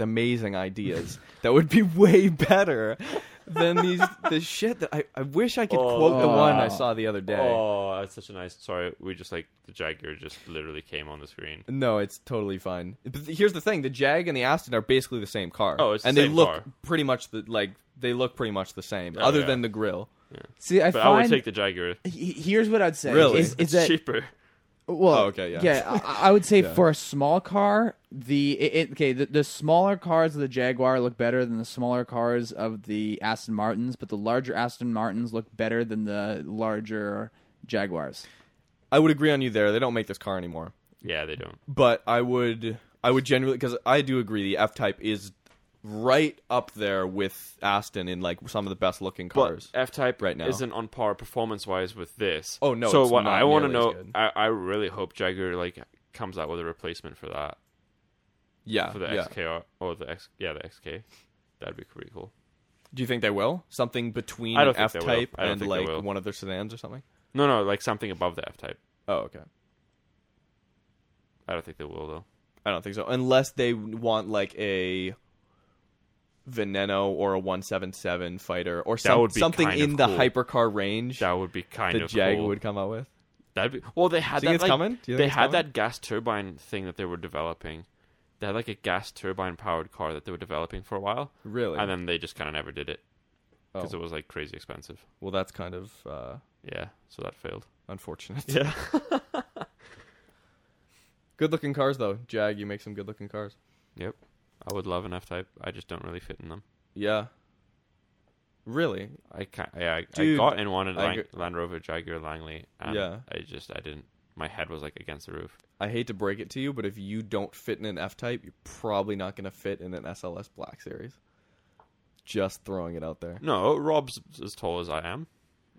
[SPEAKER 1] [LAUGHS]
[SPEAKER 3] amazing ideas that would be way better than these the shit that I, I wish I could quote the one I saw the other day.
[SPEAKER 1] Oh, that's such a nice. Sorry, we just like the Jaguar just literally came on the screen.
[SPEAKER 3] No, it's totally fine. But th- here's the thing: the Jag and the Aston are basically the same car.
[SPEAKER 1] Oh, it's the
[SPEAKER 3] and they
[SPEAKER 1] same
[SPEAKER 3] look
[SPEAKER 1] car. Oh,
[SPEAKER 3] pretty much the like they look pretty much the same, other
[SPEAKER 1] yeah.
[SPEAKER 3] than the grill.
[SPEAKER 2] See, I
[SPEAKER 1] But I
[SPEAKER 2] find
[SPEAKER 1] would take the Jaguar.
[SPEAKER 2] he- he- here's what I'd say
[SPEAKER 3] Really? [LAUGHS]
[SPEAKER 2] is, is
[SPEAKER 1] It's
[SPEAKER 2] that
[SPEAKER 1] cheaper.
[SPEAKER 2] well,
[SPEAKER 3] Oh, okay, [LAUGHS] yeah.
[SPEAKER 2] I, I would say for a small car, the it, it, okay, the, the smaller cars of the Jaguar look better than the smaller cars of the Aston Martins, but the larger Aston Martins look better than the larger Jaguars.
[SPEAKER 3] I would agree on you there. They don't make this car anymore,
[SPEAKER 1] Yeah, they don't.
[SPEAKER 3] but I would I would genuinely because I do agree the F Type is right up there with Aston in like some of the best looking
[SPEAKER 1] But
[SPEAKER 3] cars.
[SPEAKER 1] F Type
[SPEAKER 3] right now.
[SPEAKER 1] isn't on par performance wise with this.
[SPEAKER 3] Oh, no,
[SPEAKER 1] So
[SPEAKER 3] it's
[SPEAKER 1] what
[SPEAKER 3] not
[SPEAKER 1] I want to
[SPEAKER 3] nearly as
[SPEAKER 1] know,
[SPEAKER 3] good.
[SPEAKER 1] I, I really hope Jaguar like comes out with a replacement for that
[SPEAKER 3] yeah,
[SPEAKER 1] for the
[SPEAKER 3] yeah.
[SPEAKER 1] XK or the X. Yeah, the XK. That'd be pretty cool.
[SPEAKER 3] Do you think they will something between
[SPEAKER 1] I don't think
[SPEAKER 3] F
[SPEAKER 1] they will.
[SPEAKER 3] Type
[SPEAKER 1] I don't
[SPEAKER 3] and
[SPEAKER 1] think they
[SPEAKER 3] like
[SPEAKER 1] will.
[SPEAKER 3] one of their sedans or something?
[SPEAKER 1] No, no, like something above the F Type.
[SPEAKER 3] Oh, okay.
[SPEAKER 1] I don't think they will though.
[SPEAKER 3] I don't think so. Unless they want like a Veneno or a 177 fighter or some,
[SPEAKER 1] would be
[SPEAKER 3] something
[SPEAKER 1] kind
[SPEAKER 3] in
[SPEAKER 1] of
[SPEAKER 3] the
[SPEAKER 1] cool.
[SPEAKER 3] hypercar range
[SPEAKER 1] That would be kind
[SPEAKER 3] that
[SPEAKER 1] of
[SPEAKER 3] Jag
[SPEAKER 1] cool.
[SPEAKER 3] would come out with.
[SPEAKER 1] That'd be well. They had
[SPEAKER 3] Do you think
[SPEAKER 1] that.
[SPEAKER 3] it's
[SPEAKER 1] like-
[SPEAKER 3] coming? Do you think
[SPEAKER 1] they
[SPEAKER 3] it's
[SPEAKER 1] had
[SPEAKER 3] coming?
[SPEAKER 1] that gas turbine thing that they were developing. They had like a gas turbine powered car that they were developing for a while,
[SPEAKER 3] Really?
[SPEAKER 1] and then they just kind of never did it because
[SPEAKER 3] Oh.
[SPEAKER 1] it was like crazy expensive.
[SPEAKER 3] well, that's kind of uh,
[SPEAKER 1] Yeah, so that failed.
[SPEAKER 3] unfortunate. [LAUGHS]
[SPEAKER 1] Yeah.
[SPEAKER 3] Good looking cars though. Jag, you make some good looking cars.
[SPEAKER 1] Yep. I would love an F type. I just don't really fit in them.
[SPEAKER 3] Yeah. Really?
[SPEAKER 1] I can't. Yeah, I, I
[SPEAKER 3] Dude,
[SPEAKER 1] got in one in
[SPEAKER 3] I
[SPEAKER 1] Lang-
[SPEAKER 3] gr-
[SPEAKER 1] Land Rover Jaguar Langley. And
[SPEAKER 3] Yeah.
[SPEAKER 1] I just I didn't. My head was like against the roof.
[SPEAKER 3] I hate to break it to you, but if you don't fit in an F type, you're probably not going to fit in an SLS Black Series. Just throwing it out there.
[SPEAKER 1] No, Rob's as tall as I am,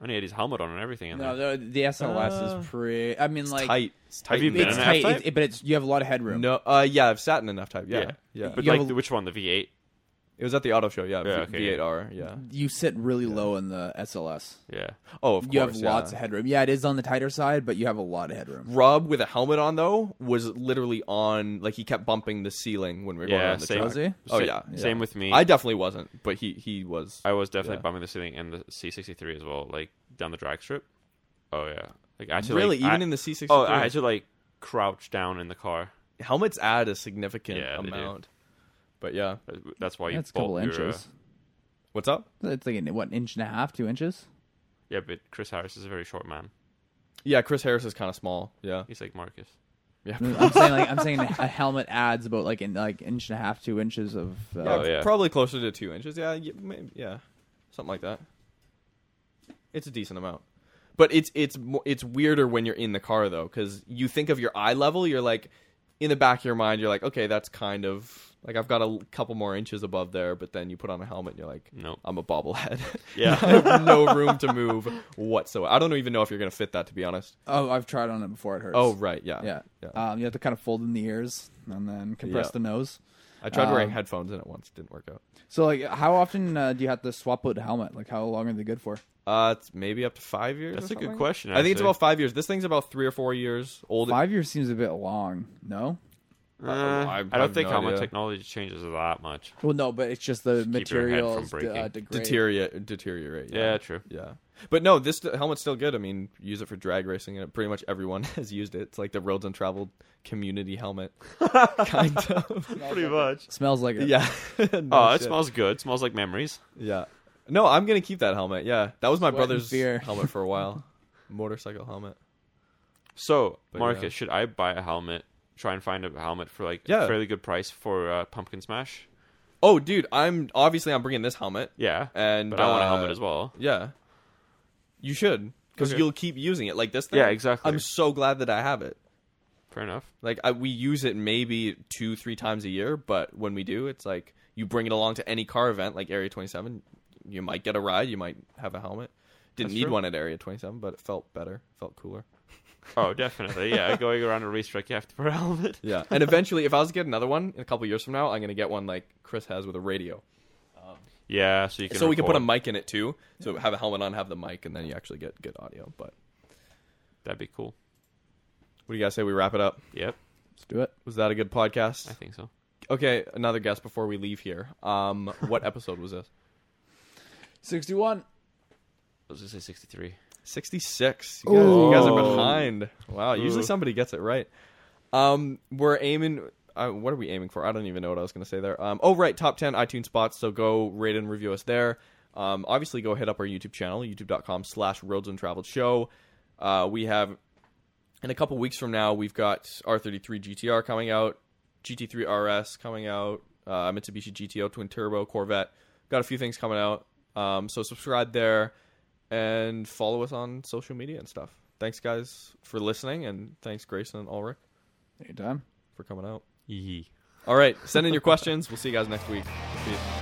[SPEAKER 1] and he had his helmet on and everything. In
[SPEAKER 2] No,
[SPEAKER 1] there.
[SPEAKER 2] the, the SLS
[SPEAKER 3] Uh,
[SPEAKER 2] is pretty. I mean, like
[SPEAKER 3] tight. Uh-huh. It's tight.
[SPEAKER 1] Have you been
[SPEAKER 2] it's
[SPEAKER 1] in an
[SPEAKER 2] tight,
[SPEAKER 1] F-Type?
[SPEAKER 2] it- it- but it's you have a lot of headroom.
[SPEAKER 3] No, uh, yeah, I've sat in an F type. Yeah,
[SPEAKER 1] Yeah.
[SPEAKER 3] yeah.
[SPEAKER 1] But
[SPEAKER 2] You have
[SPEAKER 1] like
[SPEAKER 2] a-
[SPEAKER 1] which one? The V8.
[SPEAKER 3] It was at the auto show, yeah.
[SPEAKER 1] Yeah,
[SPEAKER 3] v-
[SPEAKER 1] okay, yeah.
[SPEAKER 3] V8R, yeah.
[SPEAKER 2] You sit really low in the SLS.
[SPEAKER 1] Yeah.
[SPEAKER 3] Oh, of course.
[SPEAKER 2] you have
[SPEAKER 3] yeah.
[SPEAKER 2] lots of headroom. Yeah, it is on the tighter side, but you have a lot of headroom.
[SPEAKER 3] Rob with a helmet on though was literally on like he kept bumping the ceiling when we were going
[SPEAKER 1] Yeah,
[SPEAKER 3] around the
[SPEAKER 1] same.
[SPEAKER 3] track.
[SPEAKER 2] Was he?
[SPEAKER 3] Oh
[SPEAKER 1] Sa-
[SPEAKER 3] yeah,
[SPEAKER 1] Same with me.
[SPEAKER 3] I definitely wasn't, but he he was.
[SPEAKER 1] I was definitely
[SPEAKER 3] Yeah.
[SPEAKER 1] bumping the ceiling and the C63 as well, like down the drag strip. Oh yeah, like I had to,
[SPEAKER 3] really,
[SPEAKER 1] like,
[SPEAKER 3] even
[SPEAKER 1] I,
[SPEAKER 3] in the C63,
[SPEAKER 1] oh I had to like crouch down in the car.
[SPEAKER 3] helmets add a significant
[SPEAKER 1] Yeah, they do.
[SPEAKER 3] amount. But yeah,
[SPEAKER 1] That's why you
[SPEAKER 2] That's a couple
[SPEAKER 1] bolt your, uh,
[SPEAKER 2] inches.
[SPEAKER 3] what's up?
[SPEAKER 2] It's like an, what an inch and a half, two inches.
[SPEAKER 1] yeah, but Chris Harris is a very short man.
[SPEAKER 3] Yeah, Chris Harris is kind of small. Yeah,
[SPEAKER 1] He's like Marcus.
[SPEAKER 3] yeah.
[SPEAKER 2] I'm saying like I'm saying a helmet adds about like an like inch and a half, two inches of. Uh,
[SPEAKER 1] Oh, yeah.
[SPEAKER 3] probably closer to two inches. Yeah, y- maybe, yeah, something like that. It's a decent amount, but it's it's mo- it's weirder when you're in the car though, because you think of your eye level. You're like, in the back of your mind, you're like, okay, that's kind of like I've got a l- couple more inches above there. But then you put on a helmet, and you're like,
[SPEAKER 1] Nope.
[SPEAKER 3] I'm a bobblehead. [LAUGHS]
[SPEAKER 1] Yeah.
[SPEAKER 3] I have no room to move whatsoever. I don't even know if you're gonna fit that, to be honest.
[SPEAKER 2] Oh, I've tried on it before. It hurts.
[SPEAKER 3] Oh right, yeah,
[SPEAKER 2] yeah. Um, you have to kind of fold in the ears and then compress
[SPEAKER 3] Yeah.
[SPEAKER 2] the nose.
[SPEAKER 3] I tried wearing
[SPEAKER 2] um,
[SPEAKER 3] headphones in it once, didn't work out.
[SPEAKER 2] So like, how often uh, do you have to swap out the helmet? Like, how long are they good for?
[SPEAKER 3] Uh, it's maybe up to five years.
[SPEAKER 1] That's
[SPEAKER 3] or
[SPEAKER 1] a good
[SPEAKER 3] something.
[SPEAKER 1] question,
[SPEAKER 3] I think it's
[SPEAKER 1] actually.
[SPEAKER 3] about five years. This thing's about three or four years old.
[SPEAKER 2] Five years seems a bit long. No.
[SPEAKER 1] Uh,
[SPEAKER 3] I-
[SPEAKER 1] I,
[SPEAKER 3] I have
[SPEAKER 1] don't think
[SPEAKER 3] no
[SPEAKER 1] helmet
[SPEAKER 3] idea.
[SPEAKER 1] technology changes that much.
[SPEAKER 2] Well, no, but it's just the
[SPEAKER 1] keep your head from
[SPEAKER 2] materials de- uh,
[SPEAKER 1] breaking.
[SPEAKER 2] degrade.
[SPEAKER 3] deteriorate. Deteriorate.
[SPEAKER 1] Yeah,
[SPEAKER 3] Yeah.
[SPEAKER 1] true.
[SPEAKER 3] Yeah. But no, this d- helmet's still good. I mean, use it for drag racing, and pretty much everyone [LAUGHS] has used it. It's like the roads untraveled
[SPEAKER 2] [LAUGHS]
[SPEAKER 3] community helmet, kind of. [LAUGHS]
[SPEAKER 1] Pretty much.
[SPEAKER 2] Smells like it.
[SPEAKER 3] Yeah. [LAUGHS] No
[SPEAKER 1] Oh, it
[SPEAKER 3] shit.
[SPEAKER 1] smells good. It smells like memories.
[SPEAKER 3] Yeah. No, I'm gonna keep that helmet. Yeah, that was my
[SPEAKER 2] Sweat and
[SPEAKER 3] brother's
[SPEAKER 2] fear.
[SPEAKER 3] [LAUGHS] helmet for a while.
[SPEAKER 2] [LAUGHS]
[SPEAKER 3] Motorcycle helmet.
[SPEAKER 1] So,
[SPEAKER 3] But,
[SPEAKER 1] Marcus,
[SPEAKER 3] yeah.
[SPEAKER 1] should I buy a helmet? Try and find a helmet for like
[SPEAKER 3] Yeah.
[SPEAKER 1] a fairly good price for uh, Pumpkin Smash.
[SPEAKER 3] Oh, dude, I'm obviously I'm bringing this helmet,
[SPEAKER 1] Yeah,
[SPEAKER 3] and
[SPEAKER 1] but I want a
[SPEAKER 3] uh,
[SPEAKER 1] helmet as well.
[SPEAKER 3] Yeah. You should, because
[SPEAKER 1] Okay.
[SPEAKER 3] you'll keep using it like this thing.
[SPEAKER 1] Yeah, exactly.
[SPEAKER 3] I'm so glad that I have it.
[SPEAKER 1] Fair enough.
[SPEAKER 3] Like I, we use it maybe two, three times a year, but when we do, it's like you bring it along to any car event, like Area 27. You might get a ride. You might have a helmet. Didn't
[SPEAKER 1] That's
[SPEAKER 3] need
[SPEAKER 1] true.
[SPEAKER 3] one at Area 27, but it felt better. Felt cooler.
[SPEAKER 1] Oh, definitely.
[SPEAKER 3] [LAUGHS]
[SPEAKER 1] Yeah, going around a racetrack, you have to wear a helmet. [LAUGHS]
[SPEAKER 3] Yeah. and eventually, if I was to get another one in a couple years from now, I'm gonna get one like Chris has with a radio,
[SPEAKER 1] Yeah, so you can.
[SPEAKER 3] so we can put a
[SPEAKER 1] record.
[SPEAKER 3] mic in it too. So have a helmet on, have the mic, and then you actually get good audio. But
[SPEAKER 1] That'd be cool.
[SPEAKER 3] what do you guys say? We wrap it up.
[SPEAKER 1] Yep,
[SPEAKER 2] Let's do it.
[SPEAKER 3] Was that a good podcast?
[SPEAKER 1] I think so.
[SPEAKER 3] Okay, another guess before we leave here. Um, what episode was this?
[SPEAKER 2] Sixty-one.
[SPEAKER 1] I was gonna say sixty-three.
[SPEAKER 3] 66. You guys, you guys are
[SPEAKER 1] Ooh.
[SPEAKER 3] behind. Wow. Usually
[SPEAKER 1] Ooh.
[SPEAKER 3] somebody gets it right. Um, we're aiming. Uh, what are we aiming for? I don't even know what I was going to say there. Um, oh, right. Top 10 iTunes spots. So go rate and review us there. Um, obviously, go hit up our YouTube channel, youtube.com slash roads untraveled show. Uh, we have, in a couple weeks from now, we've got R33 GTR coming out, GT3 RS coming out, uh, Mitsubishi GTO Twin Turbo, Corvette. Got a few things coming out. Um, so subscribe there and follow us on social media and stuff. Thanks, guys, for listening, and thanks, Grayson and Ulrich,
[SPEAKER 2] Anytime.
[SPEAKER 3] for coming out.
[SPEAKER 1] Yee.
[SPEAKER 3] All right, send in your questions. We'll see you guys next week. Peace.